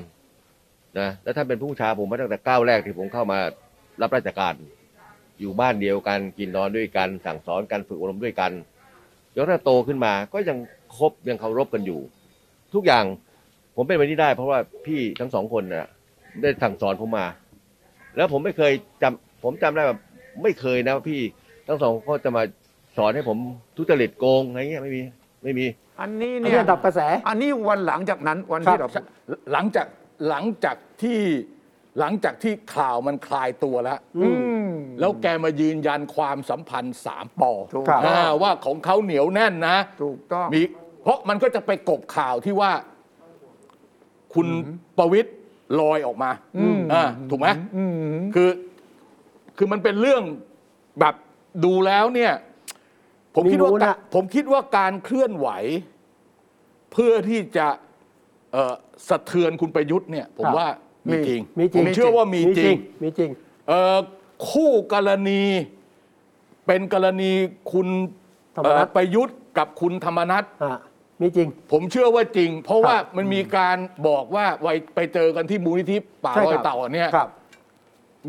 Speaker 4: นะแล้วท่านเป็นผู้บัญชาผมมาตั้งแต่ก้าวแรกที่ผมเข้ามา รับราชการอยู่บ้านเดียวกันกินนอนด้วยกัน สั่งสอนกันฝึกอบรมด้วยกันยศโตขึ้นมาก็ยังคบยังเคารพกันอยู่ ทุกอย่างผมเป็นไปนี้ได้ เพราะว่าพี่ทั้งสองคนน่ะได้สั่งสอนผมมา แล้วผมไม่เคยจำผมจำได้แบบไม่เคยนะว่าพี่ทั้งสองก็จะมาสอนให้ผมทุจริตโกงอะไรเงี้ยไม่มีไม่มี
Speaker 3: อันนี้
Speaker 1: อัน
Speaker 3: เนี่
Speaker 1: นี้
Speaker 3: ย
Speaker 1: อันดับกระแส
Speaker 3: อันนี้วันหลังจากนั้นวัน
Speaker 1: ครับ
Speaker 3: ที่เรา
Speaker 2: หลังจากหลังจากที่หลังจากที่ข่าวมันคลายตัวแล้ว
Speaker 1: อืม
Speaker 2: แล้วแกมายืนยันความสัมพันธ์สามปอ
Speaker 3: ถูก
Speaker 2: อ่าว่าของเขาเหนียวแน่นนะ
Speaker 3: ถูกต้อง
Speaker 2: มีเพราะมันก็จะไปกบข่าวที่ว่าคุณประวิตย์ลอยออกมา
Speaker 3: อืม
Speaker 2: อ่าถูกไหม
Speaker 3: อืม
Speaker 2: คือ คือมันเป็นเรื่องแบบดูแล้วเนี่ย ผมคิดว่า
Speaker 1: ไม่รู้นะ
Speaker 2: ผมคิดว่าการเคลื่อนไหว เพื่อที่จะเอ่อสะเทือนคุณประยุทธ์เนี่ย ผมว่ามีจริง
Speaker 1: มีจริ
Speaker 2: ผ
Speaker 1: ง
Speaker 2: มเชื่อว่ามีจริง
Speaker 1: มีจริง
Speaker 2: เอ่อคู่กรณีเป็นกรณีคุณ
Speaker 1: ธรรมนัส
Speaker 2: เอ่อประยุทธ์กับคุณธรรมนัท
Speaker 1: อ่ะมีจริง
Speaker 2: ผมเชื่อว่าจริง เพราะว่า
Speaker 1: ครับ
Speaker 2: มันมีการบอกว่าไว้ไปเจอกันที่มูลนิธิป่า
Speaker 1: ใช่
Speaker 2: รอ
Speaker 1: ค
Speaker 2: ย
Speaker 1: บ
Speaker 2: เต่าเนี่ย
Speaker 1: ครับ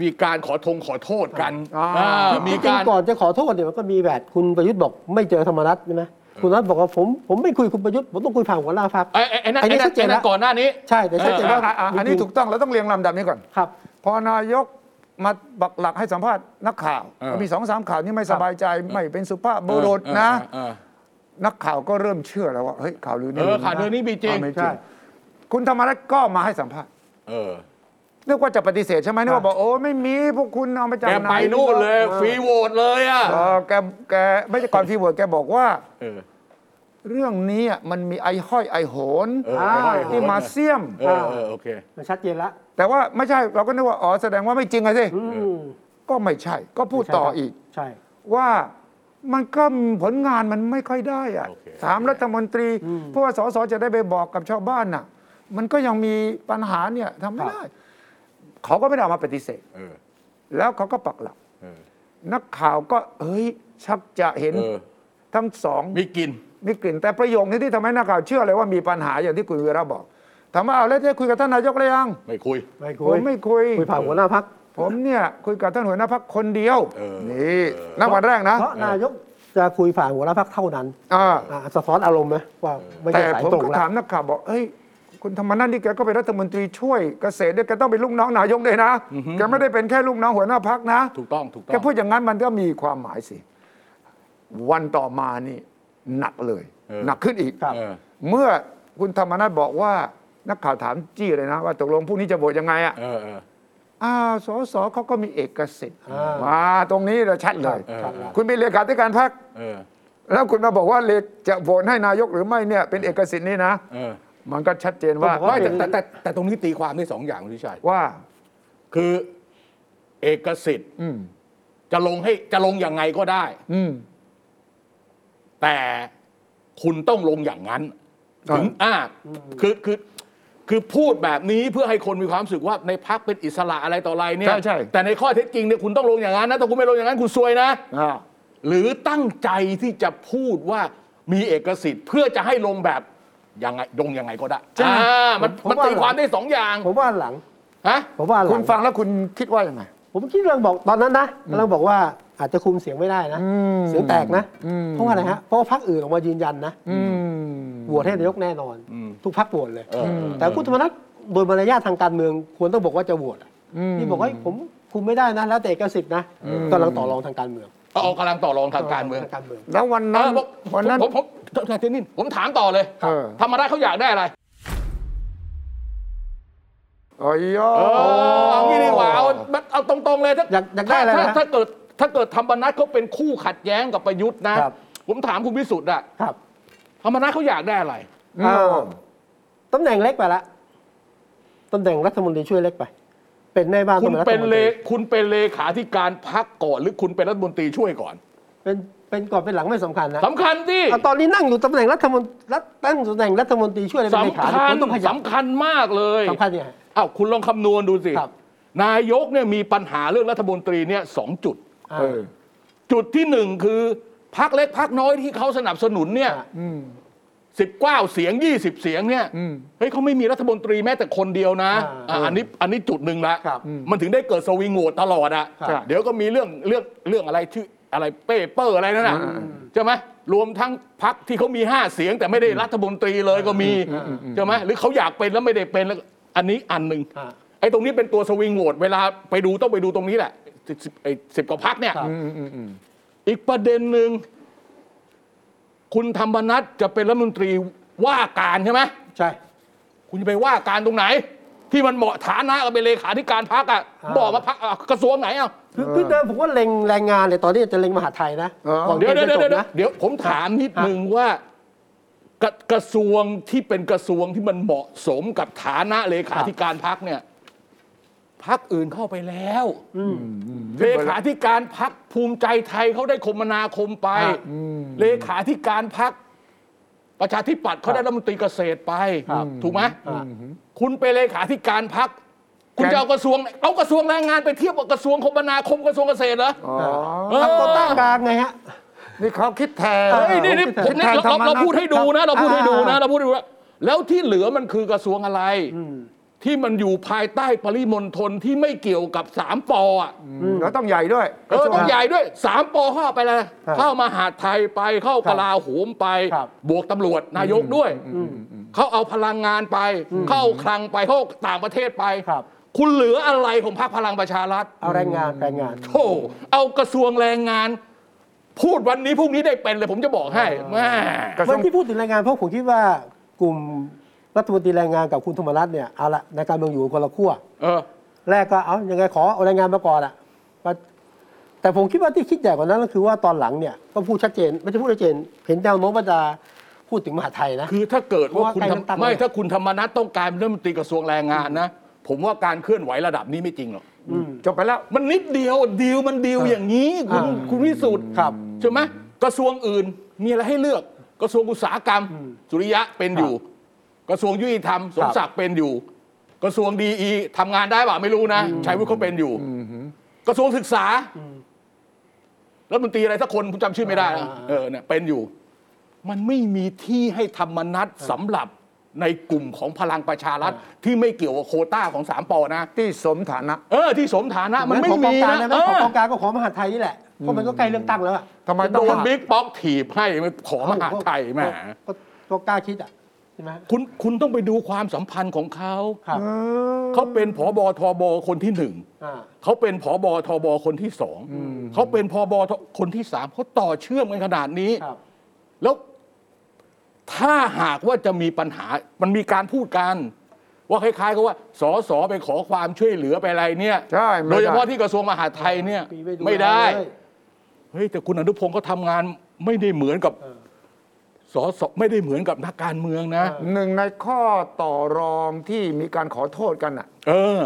Speaker 2: มีการขอทงขอโทษกัน
Speaker 3: อ่า
Speaker 2: อ่า
Speaker 1: จ
Speaker 2: มี
Speaker 1: ริง
Speaker 2: การ
Speaker 1: ๆก่อนจะขอโทษเนี่ยมันก็มีแบบคุณประยุทธ์บอกไม่เจอธรรมนัฐใช่ไหมคุณนัทบอกว่าผมผมไม่คุยคุณประยุทธ์ผมต้องคุยผ่านหัวหน้าพรรค
Speaker 2: ไอ้ไอ้ไอ้นั่น
Speaker 1: อันนี้
Speaker 2: ไอ้นั่
Speaker 1: ชัด
Speaker 2: น
Speaker 1: เจน
Speaker 2: ไอ้นั่น
Speaker 1: แล้ว
Speaker 2: ก่อนหน้านี้
Speaker 1: ใช่แต่ชัดเจน
Speaker 3: อ่ะ
Speaker 1: ว่า
Speaker 3: อ่ะอ่ะอันนี้ถูกต้องเราต้องเรียงลำดับนี้ก่อน
Speaker 1: ครับ
Speaker 3: พอนายกมาบักหลักให้สัมภาษณ์นักข่าว
Speaker 2: เออ
Speaker 3: ก็มีสองสามข่าวนี่ไม่สบายใจไม่เป็นสุภาพบุรุษนะ
Speaker 2: เออ
Speaker 3: นักข่าวก็เริ่มเชื่อแล้วว่าเฮ้ยข่าวลือนี่
Speaker 2: เออ
Speaker 3: ลืะ
Speaker 2: ข่าวลือนี่มีจริง
Speaker 3: อ่าไม่
Speaker 1: ใช่
Speaker 3: คุณธรรมนัฐก็มาให้สัมภาษณ์
Speaker 2: เออ
Speaker 3: นึกว่าจะปฏิเสธใช่ไหมนึกว่าบอกโอ้ไม่มีพวกคุณเอามาจาก
Speaker 2: แก
Speaker 3: ไหน
Speaker 2: ไปนู่นเลยฟรีโหวตเลยอ่ะ
Speaker 3: เออแกแกไม่ใช่ก่อนฟีเวิร์ดแกบอกว่า
Speaker 2: เออ
Speaker 3: เรื่องนี้อ่ะมันมีไอห้อยไอโหน
Speaker 2: เออไอ้ห้อย
Speaker 3: ที่มาเสี่ยม
Speaker 2: เออเออโอเค
Speaker 1: มันชัดเจนแล้ว
Speaker 3: แต่ว่าไม่ใช่เราก็นึกว่าอ๋อแสดงว่าไม่จริงไงสิ
Speaker 1: อืม
Speaker 3: ก็ไม่ใช่ ก็พูดต่ออีก
Speaker 1: ใช่
Speaker 3: ว่ามันก็ผลงานมันไม่ค่อยได้อะ
Speaker 2: โอเค
Speaker 3: สามรัฐมนตรี
Speaker 1: อืม
Speaker 3: เพราะว่าสสจะได้ไปบอกกับชาวบ้านน่ะ มันก็ยังมีปัญหาเนี่ยทำไม่
Speaker 1: ครับ
Speaker 3: ได้ เขาก็ไม่ได้ออกมาปฏิเสธ
Speaker 2: เออ
Speaker 3: แล้วเขาก็ปักหลัก
Speaker 2: เออ
Speaker 3: นักข่าวก็เฮ้ย ชักจะเห็น
Speaker 2: เออ
Speaker 3: ทั้งสอง
Speaker 2: มีกิน
Speaker 3: มีกลิ่นแต่ประโยคนี้ที่ทำให้นักข่าวเชื่อเลยว่ามีปัญหาอย่างที่คุณวีระบอกถามว่าเอาแล้วได้คุยกับท่านนายกหรือยัง
Speaker 2: ไม่คุย
Speaker 1: ไม่คุ
Speaker 3: ผ
Speaker 1: ย
Speaker 3: มไม่คุย
Speaker 1: คุยผ่านหัวหน้าพรรค
Speaker 3: ผมเนี่ยคุยกับท่านหัวหน้าพักคนเดียว
Speaker 2: เออ
Speaker 3: นี่นักวันแรกนะ
Speaker 1: เพราะนายกจะคุยผ่านหัวหน้าพรรคเท่านั้น
Speaker 3: อ่า
Speaker 1: อ่ะสะท้อนอารมณ์ไหมว่าไม่
Speaker 3: แต่
Speaker 1: ใช่สาย
Speaker 3: ผม
Speaker 1: ตรง
Speaker 3: ก็
Speaker 1: แล้ว
Speaker 3: ถามนักข่าวบอก เอ้ย คุณธรรมนัฐนี่แกก็เป็นรัฐมนตรีช่วยเกษตรด้วยแกต้องเป็นลูกน้องนายกด้วยนะ แกไม่ได้เป็นแค่ลูกน้องหัวหน้าพักนะ
Speaker 2: ถูกต้องถูกต้อ
Speaker 3: แก
Speaker 2: ง
Speaker 3: พูดอย่างนั้นมันก็มีความหมายสิ วันต่อมานี่หนักเลย
Speaker 2: เออ
Speaker 3: หนักขึ้นอีก
Speaker 1: ครับ
Speaker 2: เออ
Speaker 3: เมื่อคุณธรรมนัฐบอกว่านักข่าวถามจี้เลยนะ ว่าตกลงพรุ่งนี้จะโหวตยังไงอ่ะ
Speaker 2: เออเออ
Speaker 3: อ้าวสสเขาก็มีเอกสิทธิ์
Speaker 1: อ่าม
Speaker 3: มาตรงนี้เราชัดเลย
Speaker 2: เออ
Speaker 1: ครับครับ
Speaker 3: คุณเป็นเลขาธิการพรรค
Speaker 2: เออ
Speaker 3: แล้วคุณมาบอกว่าเลขจะโหวตให้นายกหรือไม่เนี่ยเป็นเอกสิทธิ์นี่นะ
Speaker 2: เออ
Speaker 3: มันก็ชัดเจนว่า
Speaker 2: ไม่แต่แต่แต่แต่ตรงนี้ตีความได้สองอย่างคุณวิชัย
Speaker 3: ว่า
Speaker 2: คือเอกสิทธิ์
Speaker 3: อืม
Speaker 2: จะลงให้จะลงอย่างไงก็ได้
Speaker 3: อืม
Speaker 2: แต่คุณต้องลงอย่างนั้นถึงอ่าคือคือคือพูดแบบนี้เพื่อให้คนมีความรู้สึกว่าในพักเป็นอิสระอะไรต่ออะไรเนี่ย
Speaker 3: ใช่ใช่
Speaker 2: แต่ในข้อเท็จจริงเนี่ยคุณต้องลงอย่างนั้นนะถ้าคุณไม่ลงอย่างนั้นคุณซวยนะ
Speaker 3: อ่า
Speaker 2: หรือตั้งใจที่จะพูดว่ามีเอกสิทธิ์เพื่อจะให้ลงแบบยังไงลงยังไงก็ได้อ่ามัน
Speaker 1: ผม
Speaker 2: มัน
Speaker 1: ว่า
Speaker 2: ตีความได้สองอย่าง
Speaker 1: ผมว่าหลัง
Speaker 2: ฮะ
Speaker 1: ผมว่าหลัง
Speaker 3: คุณฟังแล้วคุณคิดว่ายังไง
Speaker 1: ผมคิดกำลังบอกตอนนั้นนะกำลังบอกว่าอาจจะคุมเสียงไม่ได้นะ
Speaker 3: ม
Speaker 1: เสียงแตกนะ
Speaker 3: อืม
Speaker 1: เพราะว่าอะไรฮะ เพราะว่าพรรคอื่นออกมายืนยันนะ
Speaker 3: อืม
Speaker 1: โหวตให้นายกแน่นอน
Speaker 2: อืม
Speaker 1: ทุกพรรคโหวตเลย
Speaker 2: เออเออ
Speaker 1: แต่คุณธรรมนัฐโดยมารยาททางการเมืองควรต้องบอกว่าจะโหวตอะ
Speaker 3: อืม
Speaker 1: นี่บอกว่าผมคุมไม่ได้นะ แล้วแต่เอกสิทธิ์นะกำลังต่อรองทางการเมือง
Speaker 2: เอาเอากำลังต่อรองทางการเมือง
Speaker 1: ทการเมือง
Speaker 3: แล้ววัน
Speaker 2: เอ
Speaker 3: นั้น
Speaker 2: อผม
Speaker 3: วันนั้น
Speaker 2: ผมผมผมท่านเทนินผมถามต่อเลย
Speaker 3: เออ
Speaker 2: ธรรมราชเขาอยากได้อะไร
Speaker 3: อ๋อยอ
Speaker 2: เออเอางี้ดีกว่าเอาเอาตรงๆเลยถ้า
Speaker 1: อยากอยากได้อะไรนะ
Speaker 2: ถ้าถ้าเกิดถ้าเกิดธรรมนัฐเขาเป็นคู่ขัดแย้งกับประยุทธ์นะ
Speaker 1: ครับ
Speaker 2: ผมถามคุณวิสุทธ์อะ
Speaker 1: ครับ
Speaker 2: ธรรมนัฐเขาอยากได้อะไร
Speaker 3: อ้าว
Speaker 1: ตำแหน่งเล็กไปละตำแหน่งรัฐมนตรีช่วยเล็กไป เป็นแม่บ้าน
Speaker 2: คุณ
Speaker 1: ต้อง
Speaker 2: เป็น
Speaker 1: รัฐม
Speaker 2: เล
Speaker 1: ตรี
Speaker 2: คุณเป็นเลขาธิการพักก่อนหรือคุณเป็นรัฐมนตรีช่วยก่อน
Speaker 1: เป็นเป็นก่อนเป็นหลังไม่สำคัญนะ
Speaker 2: สำคัญที่
Speaker 1: เอาตอนนี้นั่งอยู่ตำแหน่งรัฐมนตรีรัฐตั้งตำแหน่งรัฐมนตรีช่วยเลยเป็นเล
Speaker 2: สำ
Speaker 1: ขา
Speaker 2: คัญ
Speaker 1: คุณต้องขยับ
Speaker 2: สำคัญมากเลย
Speaker 1: สำคัญเนี่ย
Speaker 2: อ้าวคุณลองคำนวณดูสิ
Speaker 1: ครับ
Speaker 2: นายกเนี่ยมีปัญหาเรื่องรัฐมนตรีเนี่ยสองจุด
Speaker 1: อ่า
Speaker 3: เออ
Speaker 2: จุดที่หนึ่งคือพักเล็กพักน้อยที่เขาสนับสนุนเนี่ย
Speaker 1: อ่ะ
Speaker 3: อืม
Speaker 2: สิบเก้าเสียงยี่สิบเสียงเนี่ย
Speaker 3: อืม
Speaker 2: เฮ้ยเขาไม่มีรัฐมนตรีแม้แต่คนเดียวนะ
Speaker 1: อ่า
Speaker 2: อ่ะอันนี้อันนี้จุดหนึ่งละ
Speaker 1: ครับอืม
Speaker 2: มันถึงได้เกิดสวิงโหวตตลอดอะ
Speaker 1: ครับ
Speaker 2: เดี๋ยวก็มีเรื่องเรื่องเรื่องอะไรชื่ออะไรเป้เปอร์อะไรนั่นน่ะ
Speaker 3: อืม
Speaker 2: ใช่ไหมรวมทั้งพักที่เขามีห้าเสียงแต่ไม่ได้รัฐมนตรีเลยก็มี
Speaker 1: อืมอืมอืม
Speaker 2: ใช่ไหมหรือเขาอยากเป็นแล้วไม่ได้เป็นแล้วอันนี้อันหนึ่ง
Speaker 1: อ่า
Speaker 2: ไอ้ตรงนี้เป็นตัวสวิงโหวตเวลาไปดูต้องไปดูตรงนี้แหละสิบไอ้สิบกว่าพักเนี่ย
Speaker 1: ครับ
Speaker 3: อืมอืมอืม
Speaker 2: อีกประเด็นหนึ่งคุณธรรมนัฐจะเป็นรัฐมนตรีว่าการใช่ไหม
Speaker 1: ใช่
Speaker 2: คุณจะไปว่าการตรงไหน ที่มันเหมาะฐานะกับเป็นเลขาธิการพักอ่ะ
Speaker 1: อ่า
Speaker 2: บอกมาพักกระทรวงไหนอ่ะ
Speaker 1: คือคือเดิมผมว่าเล็งแรงงานเนี่ยตอนนี้จะเล็งมหาดไทยนะหวัง
Speaker 2: เดี๋ยว
Speaker 1: เก
Speaker 2: เดี๋
Speaker 1: ณ
Speaker 2: ยว
Speaker 1: ฑ์จะจ
Speaker 2: เดี๋ย
Speaker 1: บ
Speaker 2: ว
Speaker 1: นะ
Speaker 2: เดี๋ยวเดี๋ยวผมถามนิดนึงว่ากระกระทรวงที่เป็นกระทรวงที่มันเหมาะสมกับฐานะเลขาธิการพักเนี่ยพักอื่นเข้าไปแล้ว
Speaker 1: อืม
Speaker 2: เลขาธิการพักภูมิใจไทยเขาได้คมนาคมไป
Speaker 1: ครับ
Speaker 2: เลขาธิการพักประชาธิปัตย์เขาได้รัฐมนตรีเกษตรไป
Speaker 1: ครับ
Speaker 2: ถูกไหม
Speaker 1: อืม
Speaker 2: คุณไปนเลขาธิการพัก คุณจะเอากระทรวงเอากระทรวงแรงงานไปเทียบกับกระทรวงคมนาคมกระทรวงเกษตรเหรอ
Speaker 3: อ๋อ
Speaker 2: เออ
Speaker 1: ทำโควต้ากลางไงฮะ
Speaker 3: นี่เขาคิดแทน
Speaker 1: เฮ้
Speaker 2: เฮ้ยนี่นี่
Speaker 1: ผม
Speaker 2: ผมนี่
Speaker 3: แทน
Speaker 2: เราเรา
Speaker 3: ธรรมนัส
Speaker 2: เราพูดให้ดูนะ เราพูดให้ดูนะ
Speaker 1: อ่า
Speaker 2: เราพูดให้ดูนะแล้วที่เหลือมันคือกระทรวงอะไร
Speaker 1: อืม
Speaker 2: ที่มันอยู่ภายใต้ปริมณฑลที่ไม่เกี่ยวกับสามปออ่ะ
Speaker 3: อืมแล้วต้องใหญ่ด้วย
Speaker 2: เออต้องใหญ่ด้วยสามปอเข้าไปเลย
Speaker 1: ครับ
Speaker 2: เข้ามาหาดไทยไปเข้ากลาโหมไป
Speaker 1: ครับ
Speaker 2: บวกตำรวจนายกด้วย
Speaker 1: อืม
Speaker 2: เขาเอาพลังงานไป เข้าเอาคลังไปเข้าต่างประเทศไป
Speaker 1: ครับ
Speaker 2: คุณเหลืออะไรของพรรคพลังประชารัฐ
Speaker 1: เอาแรงงานแรงงาน
Speaker 2: โธ่เอากระทรวงแรงงาน พูดวันนี้พรุ่งนี้ได้เป็นเลยผมจะบอกให้แม่
Speaker 3: กระทร
Speaker 1: วั
Speaker 3: วน ง
Speaker 1: ที่พูดถึงแรงงานเพราะผมคิดว่ากลุ่มรัฐมนตรีแรงงานกับคุณธรรมรัฐเนี่ยเอาละในการเมืองอยู่คนละขั้ว
Speaker 2: เออ
Speaker 1: แรกก็เอายังไงขอเอาแรงงานมาก่อนอะว่าแต่ผมคิดว่าที่คิดใหญ่กว่านั้นก็คือว่าตอนหลังเนี่ยก็พูดชัดเจนไม่ใช่พูดชัดเจน เห็นแนวโน้มว่าจะพูดถึงมหาดไทยนะ
Speaker 2: คือถ้าเกิดว่าคุณ
Speaker 1: เพราะว่าใกล้เลือก
Speaker 2: ทำ
Speaker 1: ตั้ง
Speaker 2: ไม่
Speaker 1: แล้ว
Speaker 2: ถ้าคุณธรรมนัฐต้องการเป็นรัฐมนตรีกระทรวงแรงงานนะ ผมว่าการเคลื่อนไหวระดับนี้ไม่จริงหรอก
Speaker 1: อืม
Speaker 3: จบไปแล้ว
Speaker 2: มันนิดเดียวดีลมันดีลอย่างนี้ คุณ
Speaker 1: อ่า
Speaker 2: คุณวิสุทธ์
Speaker 1: ครับ
Speaker 2: ใช่ไหมกระทรวงอื่นมีอะไรให้เลือก กระทรวงอุตสาหกรรม สุริยะเป็นอยู่ กระทรวงยุติธรรมสมศักดิ์เป็นอยู่ กระทรวงดีอีทำงานได้ป่ะไม่รู้นะชัยวุฒิเขาเป็นอยู่กระทรวงศึกษา
Speaker 1: อืม
Speaker 2: รัฐมนตรีอะไรสักคนผมจำชื่อไม่ได้นะ
Speaker 1: อ่า
Speaker 2: เออเนี่ยเป็นอยู่ มันไม่มีที่ให้ธรรมนัตสำหรับในกลุ่มของพลังประชารัฐที่ไม่เกี่ยวกับโควต้าของสามปอนะ
Speaker 3: ที่สมฐานะ
Speaker 2: เออที่สมฐานะมันไม่
Speaker 1: ขอกอง
Speaker 2: มี
Speaker 1: กลาง
Speaker 2: นะ
Speaker 1: ได้ไหมข
Speaker 2: เอ
Speaker 1: อ
Speaker 2: อ
Speaker 1: กองกลางก็ขอมหาดไทยนี่แหละเพราะมันก็ใกล้เลือกตั้งแล้วอะ
Speaker 3: ทำไม
Speaker 2: โด
Speaker 3: ต้อง
Speaker 2: นบิ๊กป๊อกถีบให้ขอมหาไทยแหม
Speaker 1: ก็ก็กล้าคิดอะใช่ไหม
Speaker 2: คุณคุณต้องไปดูความสัมพันธ์ของเขา
Speaker 1: ครับ
Speaker 3: เออ
Speaker 2: เขาเป็นผบทบคนที่หนึ่ง
Speaker 1: อ่า
Speaker 2: เขาเป็นผบทบคนที่สองเขาเป็นพบทคนที่สามเขาต่อเชื่อมกันขนาดนี้
Speaker 1: ครับ
Speaker 2: แล้วถ้าหากว่าจะมีปัญหามันมีการพูดกัน ว่าคล้ายๆกับว่าสอสอไปขอความช่วยเหลือไปอะไรเนี่ย
Speaker 3: ใช่ไม่
Speaker 2: โด
Speaker 3: ไ
Speaker 2: ยเฉพาะที่กระทรวงมหาดไทยเนี่ย
Speaker 1: ปีว้
Speaker 2: ไม่ได้
Speaker 1: เลย
Speaker 2: เฮ้ยแต่คุณอนุพงศ์ก็ทำงานไม่ได้เหมือนกับ
Speaker 1: เออ
Speaker 2: สอสอไม่ได้เหมือนกับนักการเมืองนะ
Speaker 1: เอ
Speaker 3: หนึ่งในข้อต่อรองที่มีการขอโทษกันน่ะ
Speaker 2: เออ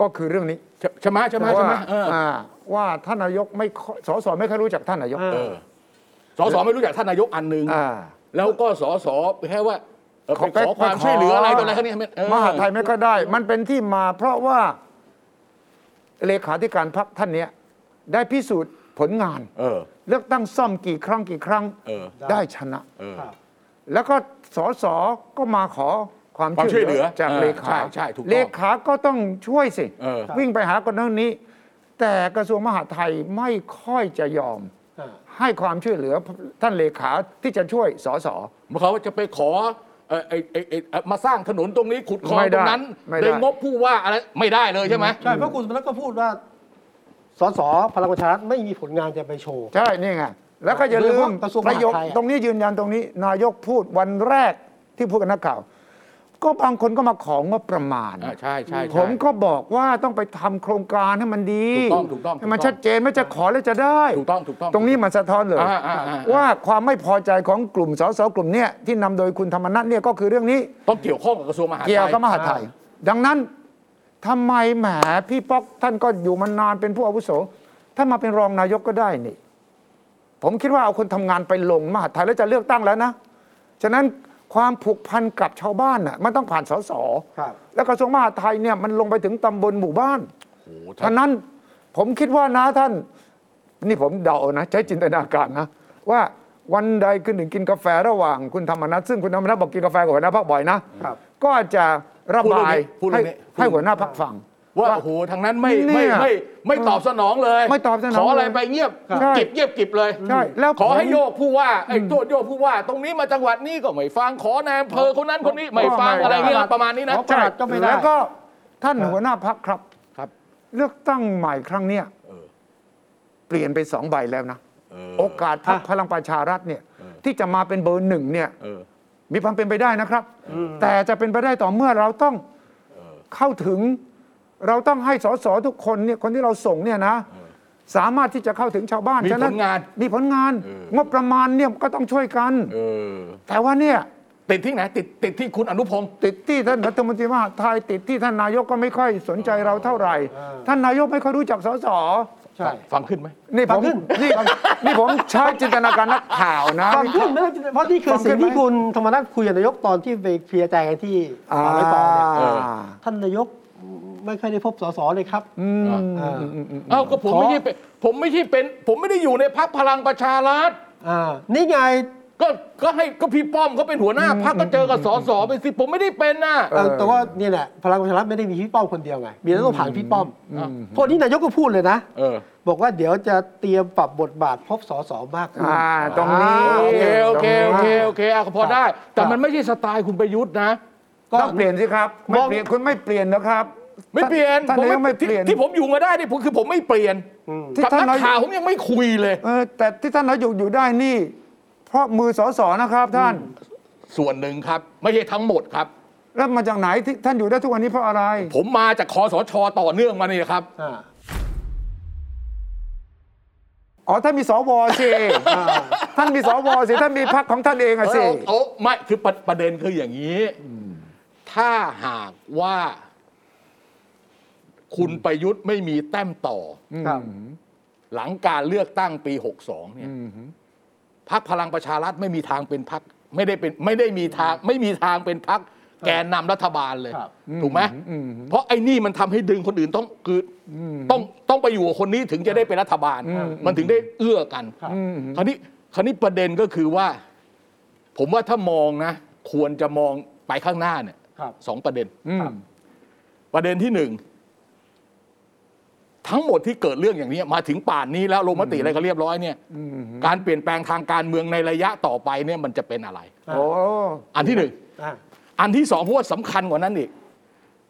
Speaker 3: ก็คือเรื่องนี้
Speaker 2: ใช่ใช่ไหมใช่ไหมใช่
Speaker 3: ว่า
Speaker 2: ไหมเออ
Speaker 3: อ่าว่าท่านนายกไม่ค่อยสสไม่ค่อยรู้จักท่านนายก
Speaker 1: อ่า
Speaker 2: เออสอสอไม่รู้จักท่านนายกอันหนึ่ง
Speaker 3: อ่า
Speaker 2: แล้วก็สอสอแค่ว่าเออไปขอความช่วยเหลืออะไรตัวอะไรเขาเนี่ยเออ
Speaker 3: มหาไทยไม่ก็ได้ มันเป็นที่มาเพราะว่า เลขาธิการพรรคท่านเนี้ยได้พิสูจน์ผลงาน
Speaker 2: เออ
Speaker 3: เลือกตั้งซ่อมกี่ครั้งกี่ครั้ง
Speaker 2: เออ
Speaker 3: ได้ชนะ
Speaker 2: เออ
Speaker 1: ครับ
Speaker 3: แล้วก็สสก็มาขอความ
Speaker 2: ความช่
Speaker 3: ช่
Speaker 2: ว
Speaker 3: วยย
Speaker 2: เห
Speaker 3: เห
Speaker 2: ลื
Speaker 3: ลื
Speaker 2: อ
Speaker 3: อจาก
Speaker 2: เออ
Speaker 3: เลขา
Speaker 2: ใช่ใช่ถูกต้อง
Speaker 3: เลขาก็ต้องช่วยสิ
Speaker 2: เออ
Speaker 3: วิ่งไปหาคนนั้นนี้ แต่กระทรวงมหาดไทยไม่ค่อยจะยอม
Speaker 1: อ่า
Speaker 3: ให้ความช่วยเหลือท่านเลขาที่จะช่วยสส
Speaker 2: เมื่อเขาจะไปขอเออไอไอไอ้เอ่อมาสร้างถนนตรงนี้ขุดคลอง
Speaker 3: ไม่
Speaker 2: ต
Speaker 3: ได้
Speaker 2: รงนั้น
Speaker 3: ไม่ได้
Speaker 2: ได้งบผู้ว่าอะไรไม่ได้เลยใช่ไหม
Speaker 1: ใช่ เพราะคุณสมรักก็พูดว่า สสพลังประชารัฐไม่มีผลงานจะไปโชว์
Speaker 3: ใช่นี่ไงแล้วก็อย่าลื
Speaker 1: โด
Speaker 3: ม
Speaker 1: ยเฉพาะกระทรวงม
Speaker 3: ป
Speaker 1: หาดไทย
Speaker 3: ระโยค
Speaker 1: อะ
Speaker 3: ตรงนี้ยืนยันตรงนี้ นายกพูดวันแรกที่พูดกับนักข่าว ก็บางคนก็มาของงบประมาณ
Speaker 2: อ่าใช่ใช่ใช่
Speaker 3: ผมก็บอกว่าต้องไปทำโครงการให้มันดี
Speaker 2: ถูกต้องถูกต้อง
Speaker 3: ให้มัน
Speaker 2: ถูกต้อง
Speaker 3: ชัดเจนไม่จะขอแล้วจะได้
Speaker 2: ถูกต้องถูกต้อง
Speaker 3: ตรงนี้มันสะท้อนเลย
Speaker 2: อ่าอ่าอ่า
Speaker 3: ว่าความไม่พอใจของกลุ่มสสกลุ่มเนี้ยที่นำโดยคุณธรรมนัฐเนี่ยก็คือเรื่องนี้
Speaker 2: ต้องเกี่ยวข้องกับกระทรวงมหาดไทย
Speaker 3: เกี่ยวกับมหาดไทย ดังนั้นทำไมแหมพี่ป๊อกท่านก็อยู่มานานเป็นผู้อาวุโสท่านมาเป็นรองนายกก็ได้นี่ ผมคิดว่าเอาคนทำงานไปลงมหาดไทยแล้วจะเลือกตั้งแล้วนะ ฉะนั้นความผูกพันกับชาวบ้านน่ะมันต้องผ่านสส
Speaker 1: ครับ
Speaker 3: แล้วกระทรวงมหาดไทยเนี่ยมันลงไปถึงตำบลหมู่บ้าน
Speaker 2: โอ้โห
Speaker 3: ฉะ
Speaker 2: ท่าน
Speaker 3: นั้นผมคิดว่านะท่าน นี่ผมเดานะ ใช้จินตนาการนะ ว่าวันใดขึ้นหนึ่งกินกาแฟระหว่างคุณธรรมนัทซึ่งคุณธรรมนัทบอกกินกาแฟกับหัวหน้าพักบ่อยนะครับ ก็จะระบาย
Speaker 2: พูดเรื่อง
Speaker 3: ให้
Speaker 2: นี้พูดเรื่องนี้
Speaker 3: ให้หัวหน้าพักฟัง
Speaker 2: ว่าโอ้โหทางนั้นไม่ไม่
Speaker 3: เนี่ย
Speaker 2: ไม่ไม่ตอบสนองเลย
Speaker 3: ไม่ตอบสนอง
Speaker 2: ขออะไรไปเงียบ
Speaker 3: ใช่
Speaker 2: เก็บเงียบเก็บเลย
Speaker 3: ใช่แล้ว
Speaker 2: ขอให้
Speaker 3: ผม
Speaker 2: โยกผู้ว่าไอ้ตัวโยกผู้ว่า ตรงนี้มาจังหวัดนี้ก็ไม่ฟังขอนายอำเภอคนนั้นคนนี้ไม่ฟัง
Speaker 3: ไม่ได้
Speaker 2: อะไรเงี้ยประมาณนี้นะ
Speaker 1: ขอประหลัดก็ไม่ได้
Speaker 3: แล้วก็ท่านหัวหน้าพักครับ
Speaker 2: ครับ
Speaker 3: เลือกตั้งใหม่ครั้งเนี้ย
Speaker 2: เออ
Speaker 3: เปลี่ยนไปสองใบแล้วนะ
Speaker 2: เออ
Speaker 3: โอกาสพัก
Speaker 1: อ่ะ
Speaker 3: พลังประชารัฐเนี่ยที่จะมาเป็นเบอร์หนึ่งเนี่ย
Speaker 2: เออ
Speaker 3: มีความเป็นไปได้นะครับ แต่จะเป็นไปได้ต่อเมื่อเราต้องเข้าถึง เราต้องให้สสทุกคนเนี่ยคนที่เราส่งเนี่ยนะ สามารถที่จะเข้าถึงชาวบ้าน
Speaker 2: มี
Speaker 3: ฉะ
Speaker 2: ผลงาน
Speaker 3: มีผลงาน
Speaker 2: เออ
Speaker 3: งบประมาณเนี่ยก็ต้องช่วยกัน
Speaker 2: เออ
Speaker 3: แต่ว่าเนี่ย
Speaker 2: ติดที่ไหนติดติดที่คุณอนุพงศ์
Speaker 3: ติดที่ท่านรัฐมนตรีมหาดไทยติดที่ท่านนายกก็ไม่ค่อยสนใจเราเท่าไหร่ ท่านนายกไม่ค่อยรู้จักสส
Speaker 1: ใช่
Speaker 2: ฟังขึ้นไหม
Speaker 3: นี่
Speaker 1: ฟั
Speaker 3: ผ
Speaker 1: ง
Speaker 3: ม
Speaker 1: ขึ้น
Speaker 3: นี่นี่ผมใช้จินตนาการนักข่าวนะ
Speaker 1: ฟังขึ้นนะเพราะนี่คือสิ่งที่คุณธรรมนัฐคุยกับนายกตอนที่ไปเคลียร์ใจกันที่
Speaker 3: อ่า
Speaker 1: ป่าไม้ตองเนี่ย
Speaker 2: เออ
Speaker 1: ท่านนายกไม่เคอยได้พบสสเลยครับ
Speaker 3: อืม
Speaker 2: อ่า
Speaker 3: อืมอืมอืม
Speaker 2: เอ้าก็ผมไม่ใช่เป็นผมไม่ใช่เป็น ผมไม่ได้อยู่ในพักพลังประชารัฐ
Speaker 1: อ่านี่ไง
Speaker 2: ก็ก็ให้ก็พี่ป้อมเขาเป็นหัวหน้าพักก็เจอกับสสไปสิผมไม่ได้เป็นน่ะ
Speaker 1: เอ่อ
Speaker 3: เออ
Speaker 1: แต่ว่านี่แหละพลังประชารัฐไม่ได้มีพี่ป้อมคนเดียวไง มีแล้วต้องผ่านพี่ป้อมเพราะนี่นายกก็พูดเลยนะ
Speaker 2: เออ
Speaker 1: บอกว่าเดี๋ยวจะเตรียมปรับบทบาทพบสสมากขึ้น
Speaker 3: อ่าตรงนี้
Speaker 2: โอเคโอเคโอเคโอเคอ่ะก็พอได้ แต่
Speaker 1: ครับ
Speaker 2: มันไม่ใช่สไตล์คุณประยุทธ์นะ
Speaker 1: ก็
Speaker 3: ต้องเปลี่ยนสิครับไม่เปลี่ยนคุณไม่เปลี่ยนนะครับ
Speaker 2: ไม่เปลี่ยน
Speaker 3: ท่าน
Speaker 2: ผม
Speaker 3: นายกไม่เปลี่ยน
Speaker 2: ที่ที่ผมอยู่มาได้นี่ผมคือผมไม่เปลี่ยน
Speaker 3: ที่
Speaker 2: กับ
Speaker 3: ท่าน
Speaker 2: นัก
Speaker 3: นาย
Speaker 2: ข่าวผมยังไม่คุยเลย
Speaker 3: เออแต่ที่ท่านนายกอยู่ได้นี่ เพราะมือสอสอนะครับท่าน
Speaker 2: ส่วนหนึ่งครับ ไม่ใช่ทั้งหมดครับ
Speaker 3: แล้วมาจากไหนที่ท่านอยู่ได้ทุกวันนี้เพราะอะไร
Speaker 2: ผมมาจากคอสชต่อเนื่องมานี่ครับ
Speaker 1: อ่า
Speaker 3: อ๋อท่านมีสวสิ
Speaker 2: *laughs*
Speaker 3: ท่านมีสวสิท่านมีพรรคของท่านเองอะสิ
Speaker 2: เอาเอาไม่คือประประเด็นคืออย่างนี้ ถ้าหากว่า คุณประยุทธ์ไม่มีแต้มต่ออ
Speaker 1: ครับ
Speaker 2: หลังการเลือกตั้งปี 62 เนี่ยพักพลังประชารัฐไม่มีทางเป็นพักไม่ได้เป็นไม่ได้มีทาง ไม่มีทางเป็นพักแกนนำรัฐบาลเลย
Speaker 1: ครับ
Speaker 2: ถูกไหมเพราะไอ้นี่มันทำให้ดึงคนอื่นต้องคืออต้องต้องไปอยู่กับคนนี้ถึงจะได้เป็นรัฐบาล มันถึงได้เอื้อกัน
Speaker 1: ครับ
Speaker 2: คราวนี้คราวนี้ประเด็นก็คือว่า ผมว่าถ้ามองนะ ควรจะมองไปข้างหน้าเนี่ย
Speaker 1: ครับ
Speaker 2: สองประเด็น
Speaker 3: อืม
Speaker 2: ประเด็นที่หนึ่ง ทั้งหมดที่เกิดเรื่องอย่างนี้ มาถึงป่านนี้แล้วลงมติอะไรก็เรียบร้อยเนี่ยการเปลี่ยนแปลงทางการเมืองในระยะต่อไปเนี่ยมันจะเป็นอะไร
Speaker 3: โอ้
Speaker 2: อันที่หนึ่ง
Speaker 1: อ่า
Speaker 2: อันที่สองผมว่าสำคัญกว่านั้นอีก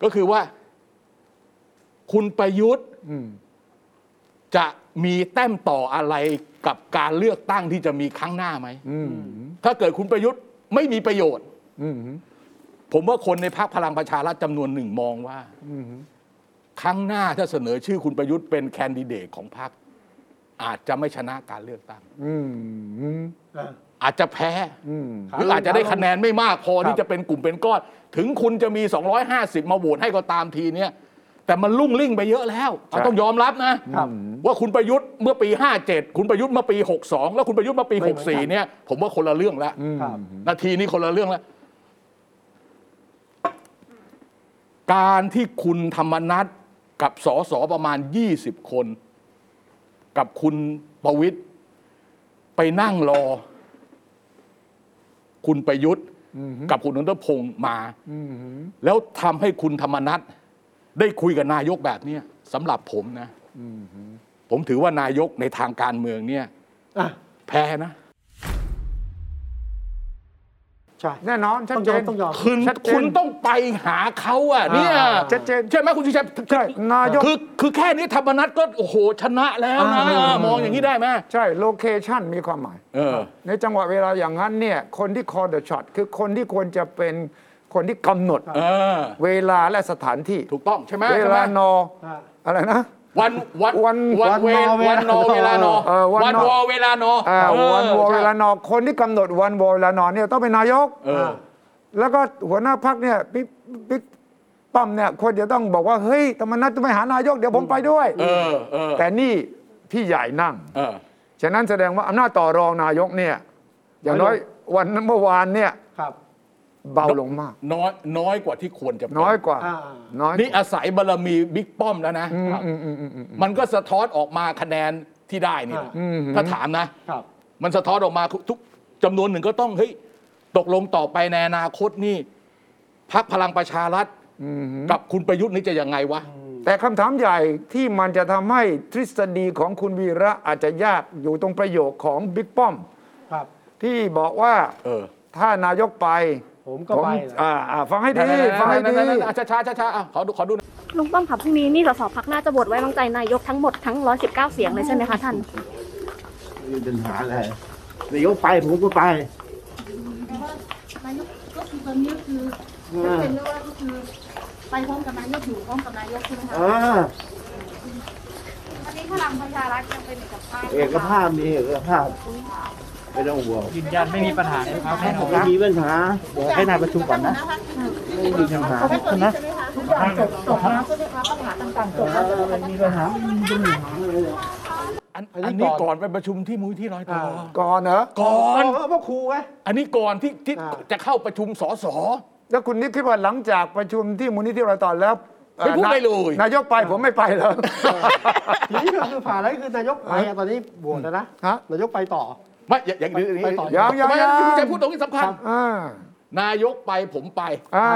Speaker 2: ก็คือว่า คุณประยุทธ์จะมีแต้มต่ออะไรกับการเลือกตั้งที่จะมีครั้งหน้าไหม ถ้าเกิดคุณประยุทธ์ไม่มีประโยชน์ ผมว่าคนในพรรคพลังประชารัฐจำนวนหนึ่งมองว่าครั้งหน้าถ้าเสนอชื่อคุณประยุทธ์เป็นแคนดิเดตของพรรคอาจจะไม่ชนะการเลือกตั้ง
Speaker 3: อืมอืม
Speaker 2: อาจจะแพ้
Speaker 3: อืม
Speaker 1: ครับ
Speaker 2: หรืออาจจะได้คะแนนไม่มากพอที่จะเป็นกลุ่มเป็นก้อน ถึงคุณจะมี 250 มาโหวตให้ก็ตามทีเนี่ย แต่มันลุ่งลิ่งไปเยอะแล้วเราต้องยอมรับนะ
Speaker 1: ครับ
Speaker 2: ว่าคุณประยุทธ์เมื่อปี 57 คุณประยุทธ์เมื่อปี 62 แล้วคุณประยุทธ์เมื่อปี
Speaker 1: ไม่เหมือนกัน
Speaker 2: 64 เนี่ย ผมว่าคนละเรื่องแล้ว
Speaker 1: ครับ
Speaker 2: นาทีนี้คนละเรื่องแล้ว การที่คุณธรรมนัทกับสสประมาณ 20 คน กับคุณประวิตย์ไปนั่งรอ คุณประยุทธ์กับคุณนนทพงศ์มา แล้วทำให้คุณธรรมนัทได้คุยกับนายกแบบเนี้ยสำหรับผมนะผมถือว่านายกในทางการเมืองเนี่ย
Speaker 1: อ่ะ
Speaker 2: แพ้นะ
Speaker 1: ใช่
Speaker 3: แน่นอนชัด
Speaker 1: ต้อง
Speaker 3: เจ
Speaker 1: ยอม
Speaker 3: น
Speaker 1: ต้องยอม
Speaker 2: คุณ
Speaker 3: ชัดเจน
Speaker 2: คุณต้องไปหาเขาอ่ะเนี่ย
Speaker 1: อ่า
Speaker 3: ชัดเจน
Speaker 2: ใช่ไหมคุณชูชัย
Speaker 3: ใช่นายก
Speaker 2: คือคือแค่นี้ธรรมนัตก็โอ้โหชนะแล้วนะ
Speaker 1: อ่าม
Speaker 2: องอย่างนี้ได้ไหม
Speaker 3: ใช่โลเคชันมีความหมาย
Speaker 2: เออ
Speaker 3: ในจังหวะเวลาอย่างนั้นเนี่ยคนที่ call the shot คือคนที่ควรจะเป็นคนที่กำหนด
Speaker 2: เออ
Speaker 3: เวลาและสถานที่
Speaker 2: ถูกต้องใช่ไหม
Speaker 3: เว
Speaker 2: ใช่ไหม
Speaker 3: ลานอ
Speaker 1: อ่า
Speaker 3: อะไรนะ
Speaker 2: วันวัน
Speaker 3: วัน
Speaker 2: วันเวล
Speaker 1: วั
Speaker 2: วัน
Speaker 1: น
Speaker 2: น
Speaker 1: น
Speaker 2: อ
Speaker 1: อ
Speaker 2: เว
Speaker 1: เว
Speaker 2: ลา
Speaker 1: ลาน น
Speaker 2: อ
Speaker 1: อ
Speaker 3: เออวัน
Speaker 2: วัน
Speaker 3: นอ
Speaker 2: วอเวลานอ
Speaker 3: อ่า
Speaker 2: เออ
Speaker 3: วันวอลเวลา
Speaker 2: ใช่
Speaker 3: นอคนที่กำหนดวันวอลเวลานอเนี่ยต้องเป็นนายก
Speaker 2: เออ
Speaker 3: แล้วก็หัวหน้าพักเนี่ยปิ๊กปิ๊กป้อมเนี่ยควรจะต้องบอกว่า เฮ้ยธรรมนัฐจะไปหานายกเดี๋ยวผมไปด้วย
Speaker 2: เออเออ
Speaker 3: แต่นี่พี่ใหญ่นั่ง
Speaker 2: เออ
Speaker 3: ฉะนั้นแสดงว่าอำนาจต่อรองนายกเนี่ยอย่างน้อยวันเมื่อวานเนี่ย
Speaker 1: ครับ
Speaker 3: เบาลงมาก
Speaker 2: น้อยน้อยกว่าที่ควรจะเป็
Speaker 3: น้อยกว่า
Speaker 1: อ่า
Speaker 3: น้อย
Speaker 2: นี่อาศัยบารมีบิ๊กป้อมแล้วนะ
Speaker 3: อืมอืมอืมอืม
Speaker 2: มันก็สะท้อนออกมาคะแนนที่ได้นี่แหละ
Speaker 3: อืม
Speaker 2: ถ้าถามนะ
Speaker 1: ครับ
Speaker 2: มันสะท้อนออกมาทุกจำนวนหนึ่งก็ต้องเฮ้ยตกลงต่อไปในอนาคตนี่พักพลังประชารัฐ
Speaker 3: อืม
Speaker 2: กับคุณประยุทธ์นี่จะยังไงวะ
Speaker 3: แต่คำถามใหญ่ที่มันจะทำให้ทฤษฎีของคุณวีระอาจจะยากอยู่ตรงประโยคของบิ๊กป้อม
Speaker 1: ครับ
Speaker 3: ที่บอกว่า
Speaker 2: เออ
Speaker 3: ถ้านายกไป
Speaker 1: ผมก็ไปนะ
Speaker 3: อ่าอ่าฟังให้ดีฟังให้ดี
Speaker 2: ช้าช้าช้าช้าๆอ่ะขอดูขอดูหน่อย
Speaker 5: ลุงป้อมค่ะพรุ่งนี้นี่สสพักน่าจะบทไว้วางใจนายกทั้งหมดทั้ง 119 เสียงเลยใช่ไหมคะท่าน
Speaker 6: ไม่มีปัญหาอะไรนายกไปผมก็ไป
Speaker 7: นายกก็คือตอนนี้ก็คือ
Speaker 6: อ่า
Speaker 7: เป็นเรื่องว่าก็คือไปพร้อมกับนายกอยู่พร้อมกับนายกใช่ไหมคะ
Speaker 6: อ่า
Speaker 7: อันนี้พลังประชารัฐยังเป็นเอกภาพ
Speaker 6: เอกภาพมีเอกภาพไม่ต้องห่วง
Speaker 8: ยืนยันไม่มีปัญหานะครับแน่นอน
Speaker 6: ไม่มีปัญหาเดี๋ยวให้นายประชุมก่อนนะ ไม่มีปัญหา
Speaker 7: ไม่วนนี้ใช่ไหมคะทุกอย่างจบจบแล้วใช่ไหมคะปัญหาต่างๆจบแล้วใช่ไหมคะ
Speaker 6: มีปัญหาไม่มีปัญหาอะไรหรอก
Speaker 2: อัน
Speaker 1: อันนี้
Speaker 2: อันนี้
Speaker 1: ก่
Speaker 2: ก่อ
Speaker 1: อน น
Speaker 2: ไปประชุมที่มูลที่ร้อยตอ
Speaker 3: ก่อนเหรอ
Speaker 2: ก่อน
Speaker 1: เออพ่อครูไง
Speaker 2: อันนี้ก่อนที่ที่
Speaker 1: อ่า
Speaker 2: จะเข้าประชุมสส
Speaker 3: แล้วคุณนิกคิดว่าหลังจากประชุมที่มูลนิธิเราตอนแล้วอ่อ
Speaker 2: ไม่พูด
Speaker 3: นา
Speaker 2: ไปเลย
Speaker 3: นายกไปผมไม่ไปเหรอ
Speaker 1: ทีนี้ก็คือผ่านแล้วคือนายกไปอ่ะตอนนี้บวชแล้วนะ
Speaker 3: ฮะ
Speaker 1: นายกไปต่อ
Speaker 2: ไม่อย่าอย่างนี้
Speaker 1: ไปต่อ
Speaker 3: ยังยัง
Speaker 2: ไม่
Speaker 3: ยัง
Speaker 2: คุณจะพูดตรงนี้สำคัญ
Speaker 3: อ่า
Speaker 2: นายกไปผมไป
Speaker 3: อ่า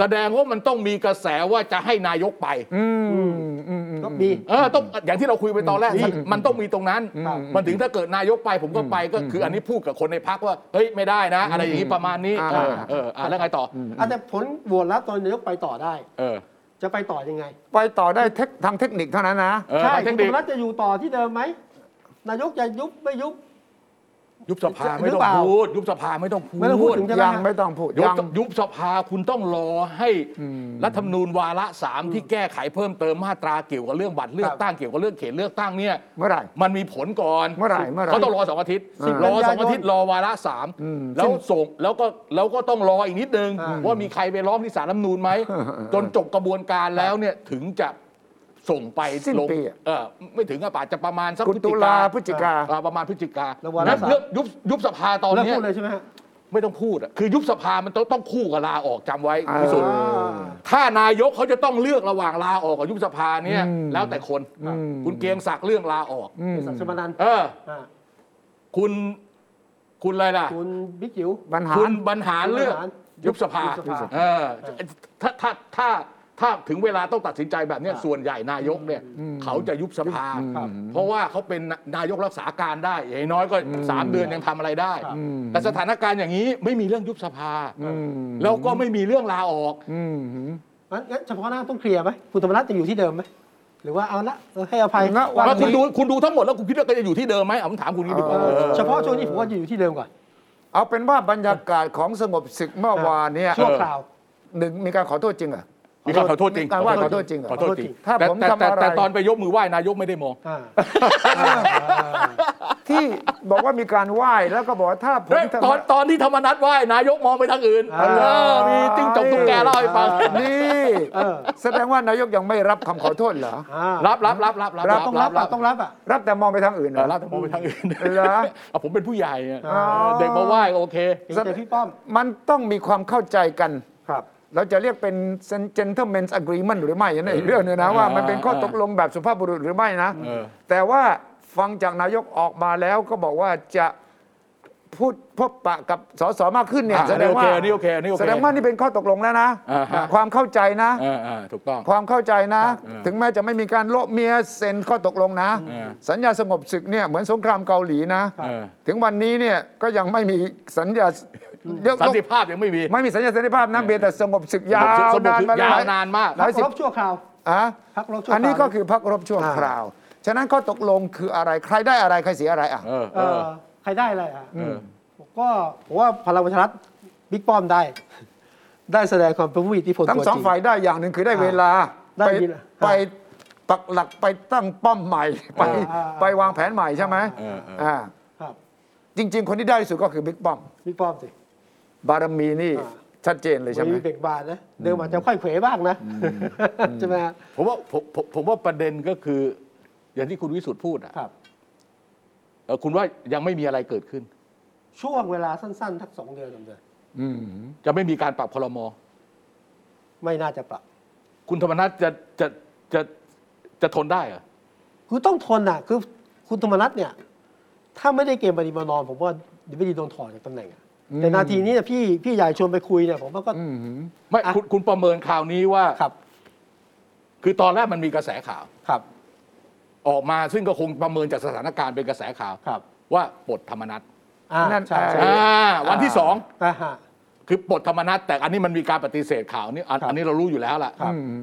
Speaker 2: แสดงว่ามันต้องมีกระแสว่าจะให้นายกไป
Speaker 3: อืมอืมอืม
Speaker 1: ก็มี
Speaker 2: เออต้องอย่างที่เราคุยไปตอนแรก
Speaker 1: อืม
Speaker 2: มันต้องมีตรงนั้น
Speaker 3: ครับ
Speaker 2: มันถึงถ้าเกิดนายกไปผมก็ไปก็คืออันนี้พูดกับคนในพักว่า เฮ้ยไม่ได้นะ อะไรอย่างนี้ประมาณนี้เออเอออ่ะแล้วไงต่ออ
Speaker 1: อาจจะผลบวชแล้วตอนนายกไปต่อได้
Speaker 2: เออ
Speaker 1: จะไปต่อยังไง
Speaker 3: ไปต่อได้เทคทางเทคนิคเท่านั้นนะ
Speaker 2: เออ
Speaker 1: ใช่
Speaker 2: ทางเท
Speaker 1: คุ
Speaker 2: ค
Speaker 1: ณ
Speaker 2: นิค
Speaker 1: รัฐจะอยู่ต่อที่เดิมไหมนายกจะยุบไม่ยุบ
Speaker 2: ยุบสภา
Speaker 1: ห
Speaker 2: ไม่
Speaker 1: รื
Speaker 2: ต้อ
Speaker 1: อเป
Speaker 2: ง
Speaker 1: ล่า
Speaker 2: พูดยุบสภาไม่ต้องพูด
Speaker 1: ไม่ต้องพูดถึงใช่ไหม
Speaker 3: ยัง
Speaker 1: ฮะ
Speaker 3: ไม่ต้องพูด
Speaker 2: ยุบ
Speaker 3: ยัง
Speaker 2: ยุบสภาคุณต้องรอให้รัฐธรรมนูญวาระสามที่แก้ไขเพิ่มเติมมาตราเกี่ยวกับเรื่องบัตรเลือกตั้งเกี่ยวกับเรื่องเขตเลือกตั้งเนี่ย
Speaker 3: เมื่อไหร่
Speaker 2: มันมีผลก่อน
Speaker 3: เมื่อไหร่เมื่อไหร่
Speaker 2: ก็ต้องรอสองอาทิตย์
Speaker 3: สิบ
Speaker 2: รอ
Speaker 1: กันยายน
Speaker 2: สองอาทิตย์รอวาระสาม
Speaker 3: อืม
Speaker 2: แล้ว
Speaker 3: ซึ่ง
Speaker 2: ส่งแล้วก็แล้วก็ต้องรออีกนิดนึง
Speaker 1: อ่า
Speaker 2: ว่ามีใครไปร้องที่ศาลรัฐธรรมนูนไหม จนจบกระบวนการแล้วเนี่ยถึงจะส่งไป
Speaker 3: สิ้น
Speaker 2: ลง
Speaker 3: ปีอะ
Speaker 2: เออไม่ถึงอะป่าจจะประมาณสัก
Speaker 3: กุตุลาพฤศจิกา
Speaker 2: อ่าประมาณพฤศจิกา
Speaker 1: แล้ววาระ
Speaker 2: งั้น
Speaker 1: สาม
Speaker 2: เรื่องยุบยุบสภาตอน
Speaker 1: เลิก
Speaker 2: เนี้ย
Speaker 1: พูดเลยใช่ไหมฮะ
Speaker 2: ไม่ต้องพูดอะคือยุบสภามันต้องต้องคู่กับลาออกจำไว้
Speaker 3: อ่า
Speaker 2: ที่สุด
Speaker 1: อ่า
Speaker 2: ถ้านายกเขาจะต้องเลือกระหว่างลาออกกับยุบสภาเนี่ย
Speaker 3: อืม
Speaker 2: แล้วแต่คน
Speaker 3: อืม
Speaker 2: คุณเกรียงศักดิ์เรื่องลาออก
Speaker 3: อืม
Speaker 1: คุณศักดิ์สมนันท์
Speaker 2: เออ
Speaker 1: อ่า
Speaker 2: คุณคุณอะไรล่ะ
Speaker 1: คุณบิ๊กจิ๋ว
Speaker 3: ปัญหา
Speaker 2: คุณบรรหารเลือ
Speaker 1: บ
Speaker 2: ก
Speaker 1: รรหาร
Speaker 2: ยุบสภาย
Speaker 1: บสภา
Speaker 2: เออถ้าถ้าถ้าถ้าถึงเวลาต้องตัดสินใจแบบเนี้ย
Speaker 1: อ่า
Speaker 2: ส่วนใหญ่นายกเนี่ย เขาจะยุบสภา
Speaker 1: ครับ
Speaker 2: เพราะว่าเขาเป็นนายกรักษาการได้อย่างน้อยก็สามเดือนยังทำอะไรได้
Speaker 1: ครับ
Speaker 2: แต่สถานการณ์อย่างนี้ไม่มีเรื่องยุบสภา
Speaker 3: ม
Speaker 2: แล้วก็ไม่มีเรื่องลาออก
Speaker 3: อืม
Speaker 1: งั้นงั้นเฉพาะหน้าต้องเคลียร์ไหมคุณธรรมนัฐจะอยู่ที่เดิมไหมหรือว่าเอาละเออให้อภัยว่า
Speaker 2: แล้วคุณ
Speaker 1: ไป
Speaker 2: ดูคุณดูทั้งหมดแล้วคุณคิดว่าก็จะอยู่ที่เดิมไหมเอาผมถามคุณนี้ดีก
Speaker 1: เอ
Speaker 2: ว่า
Speaker 1: อเฉพาะช่วงนี้ผมว่าจะอยู่ที่เดิมก่อน
Speaker 3: เอาเป็นว่าบรรยากาศของสงบศึกเมื่อวานเนี่ย
Speaker 1: ชั่วคราว
Speaker 3: หนึ่งมีการขอโทษจริงเหรอ
Speaker 2: มีการขอโทษจริง
Speaker 3: มีการว่าขอโทษจริงเหรอ
Speaker 2: ขอโทษจริง
Speaker 3: ถ้าผม
Speaker 2: แต่แต่
Speaker 3: ทำอะไร
Speaker 2: แต่ตอนไปยกมือไหว้นายกไม่ได้มอง
Speaker 1: อ่า
Speaker 3: ที่บอกว่ามีการไหว้แล้วก็บอกว่าถ้าผม
Speaker 2: เฮ้ย
Speaker 3: ทำ
Speaker 2: ตอนตอนที่ธรรมนัฐไหว้นายกมองไปทางอื่น
Speaker 1: อ่า
Speaker 2: เออมีจิ้งจกตุ๊กแกเล่าให้ฟัง
Speaker 3: นี่
Speaker 1: เออ
Speaker 3: แสดงว่านายกยังไม่รับคำขอโทษเหรอ
Speaker 1: อ่า
Speaker 2: รับรับรับรับรับ
Speaker 3: รั
Speaker 1: ต้องรับอ่ะต้องรับอ่ะ
Speaker 3: รับแต่มองไปทางอื่นเห
Speaker 2: เออ
Speaker 3: รอ
Speaker 2: รับแต่มองไปทางอื่น
Speaker 3: เหรอ
Speaker 2: เอาผมเป็นผู้ใหญ่อะ
Speaker 1: อ๋อ
Speaker 2: เด็กมาไหว้ก็โอเค
Speaker 1: เห็นใจพี่ป้อม
Speaker 3: มันต้องมีความเข้าใจกัน
Speaker 1: ครับ
Speaker 3: เราจะเรียกเป็น gentleman's agreement หรือไม่ในอีกเรื่องหนึงนะว่ามันเป็นข้อตกลงแบบสุภาพบุรุษหรือไม่นะ
Speaker 2: เออ
Speaker 3: แต่ว่าฟังจากนายกออกมาแล้วก็บอกว่าจะพูดพบปะกับสสมากขึ้นเนี่ย
Speaker 2: อ่า
Speaker 3: แสดงว่า
Speaker 2: อันนี้โอเคอันนี้โอเค
Speaker 3: แสดงว่านี่เป็นข้อตกลงแล้วนะ
Speaker 2: อ่าฮะ
Speaker 3: ความเข้าใจนะ
Speaker 2: เออเออถูกต้อง
Speaker 3: ความเข้าใจนะ
Speaker 2: เออ
Speaker 3: ถึงแม้จะไม่มีการโละเมียเซ็นข้อตกลงนะ
Speaker 2: เออ
Speaker 3: สัญญาสงบศึกเนี่ยเหมือนสงครามเกาหลีนะ
Speaker 2: เออ
Speaker 3: ถึงวันนี้เนี่ยก็ยังไม่มีสัญญา เดี๋ยว
Speaker 2: สันติภาพยังไม่มี
Speaker 3: ไม่มีสัญญาสันติภาพนะเบียร์แต่สงบศึกยาว
Speaker 2: สงบ
Speaker 3: นาน
Speaker 2: ศึ
Speaker 3: มาย
Speaker 2: กา
Speaker 3: ห
Speaker 2: ว
Speaker 3: ลาย
Speaker 2: นานมาก
Speaker 3: หลายสิ
Speaker 1: พั
Speaker 3: บ
Speaker 1: กรบชั่วคราว
Speaker 3: อะ
Speaker 1: พักรบชั่วคราว
Speaker 3: อันนี้ก็คือพักรบชั่วคราว ฉะนั้นข้อตกลงคืออะไรใครได้อะไรใครเสียอะไรอ่ะ
Speaker 2: เออ
Speaker 1: เอ
Speaker 2: เอ
Speaker 1: อ
Speaker 2: อ
Speaker 1: ใครได้อะไรอ่ะ
Speaker 2: เออ
Speaker 1: ก็ผมว่าพลังประชารัฐบิ๊กป้อมได้ *laughs* ได้แสดงความเป็นผู้มีอิทธิพล
Speaker 3: ทั้ง
Speaker 1: ตัว
Speaker 3: สอง
Speaker 1: จริ
Speaker 3: ฝ่ายได้อย่างหนึ่งคือได้เวลา
Speaker 1: ได้
Speaker 3: ไป
Speaker 1: เวลา
Speaker 3: ไปปักหลักไปตั้งป้อมใหม่ไป
Speaker 1: อ่า
Speaker 3: ไปวางแผนใหม่ใช่ไหม
Speaker 2: เออเออ
Speaker 3: อ่า
Speaker 1: ครับ
Speaker 3: จริง ๆ คนที่ได้ที่สุดก็คือบิ๊กป้อม
Speaker 1: บิ๊กป้อมสิ
Speaker 3: บารมีนี่
Speaker 1: อ่า
Speaker 3: ชัดเจนเลยใช่ไหม
Speaker 1: ไม่มีเบ่งบานนะเดิมอาจจะค่อยเขวบ้างนะ *laughs* ใช่ไหมฮะ
Speaker 2: ผมว่าผมผมผมว่าประเด็นก็คือ อย่างที่คุณวิสุทธ์พูดอ่ะ
Speaker 1: ครับ
Speaker 2: เออคุณว่ายังไม่มีอะไรเกิดขึ้น
Speaker 1: ช่วงเวลาสั้นๆทักสองเดือนสามเดือน
Speaker 2: จะไม่มีการปรับพลม
Speaker 1: ไม่น่าจะปรับ
Speaker 2: คุณธรรมนัฐจะจะจะจะทนได้เหรอ
Speaker 1: คือต้องทนอ่ะ คือคุณธรรมนัฐเนี่ย ถ้าไม่ได้เกมปฏิบัตินอมผมว่าเดี๋ยวไม่ดีโดนถอดจากตำแหน่งอะ
Speaker 3: อืม
Speaker 1: แต่นาทีนี้เนี่ยพี่พี่ใหญ่ชวนไปคุยเนี่ยผมว่าก็
Speaker 3: อืม
Speaker 2: ไม่
Speaker 1: อ่ะ
Speaker 2: คุณคุณประเมินข่าวนี้ว่า
Speaker 1: ครับ
Speaker 2: คือตอนแรกมันมีกระแสข่าว
Speaker 1: ครับ
Speaker 2: ออกมาซึ่งก็คงประเมินจากสถานการณ์เป็นกระแสข่าว
Speaker 1: ครับ
Speaker 2: ว่าปลดธรรมนัต
Speaker 1: อ่า
Speaker 3: นั่น
Speaker 1: ใช่ใช่
Speaker 3: เ
Speaker 2: อ่าวันที่สอง
Speaker 1: อ่าฮะ
Speaker 2: คือปลดธรรมนัตแต่อันนี้มันมีการปฏิเสธข่าวนี่อัน
Speaker 1: ครับ
Speaker 2: อันนี้เรารู้อยู่แล้วล่ะ
Speaker 1: ครับ
Speaker 3: อืม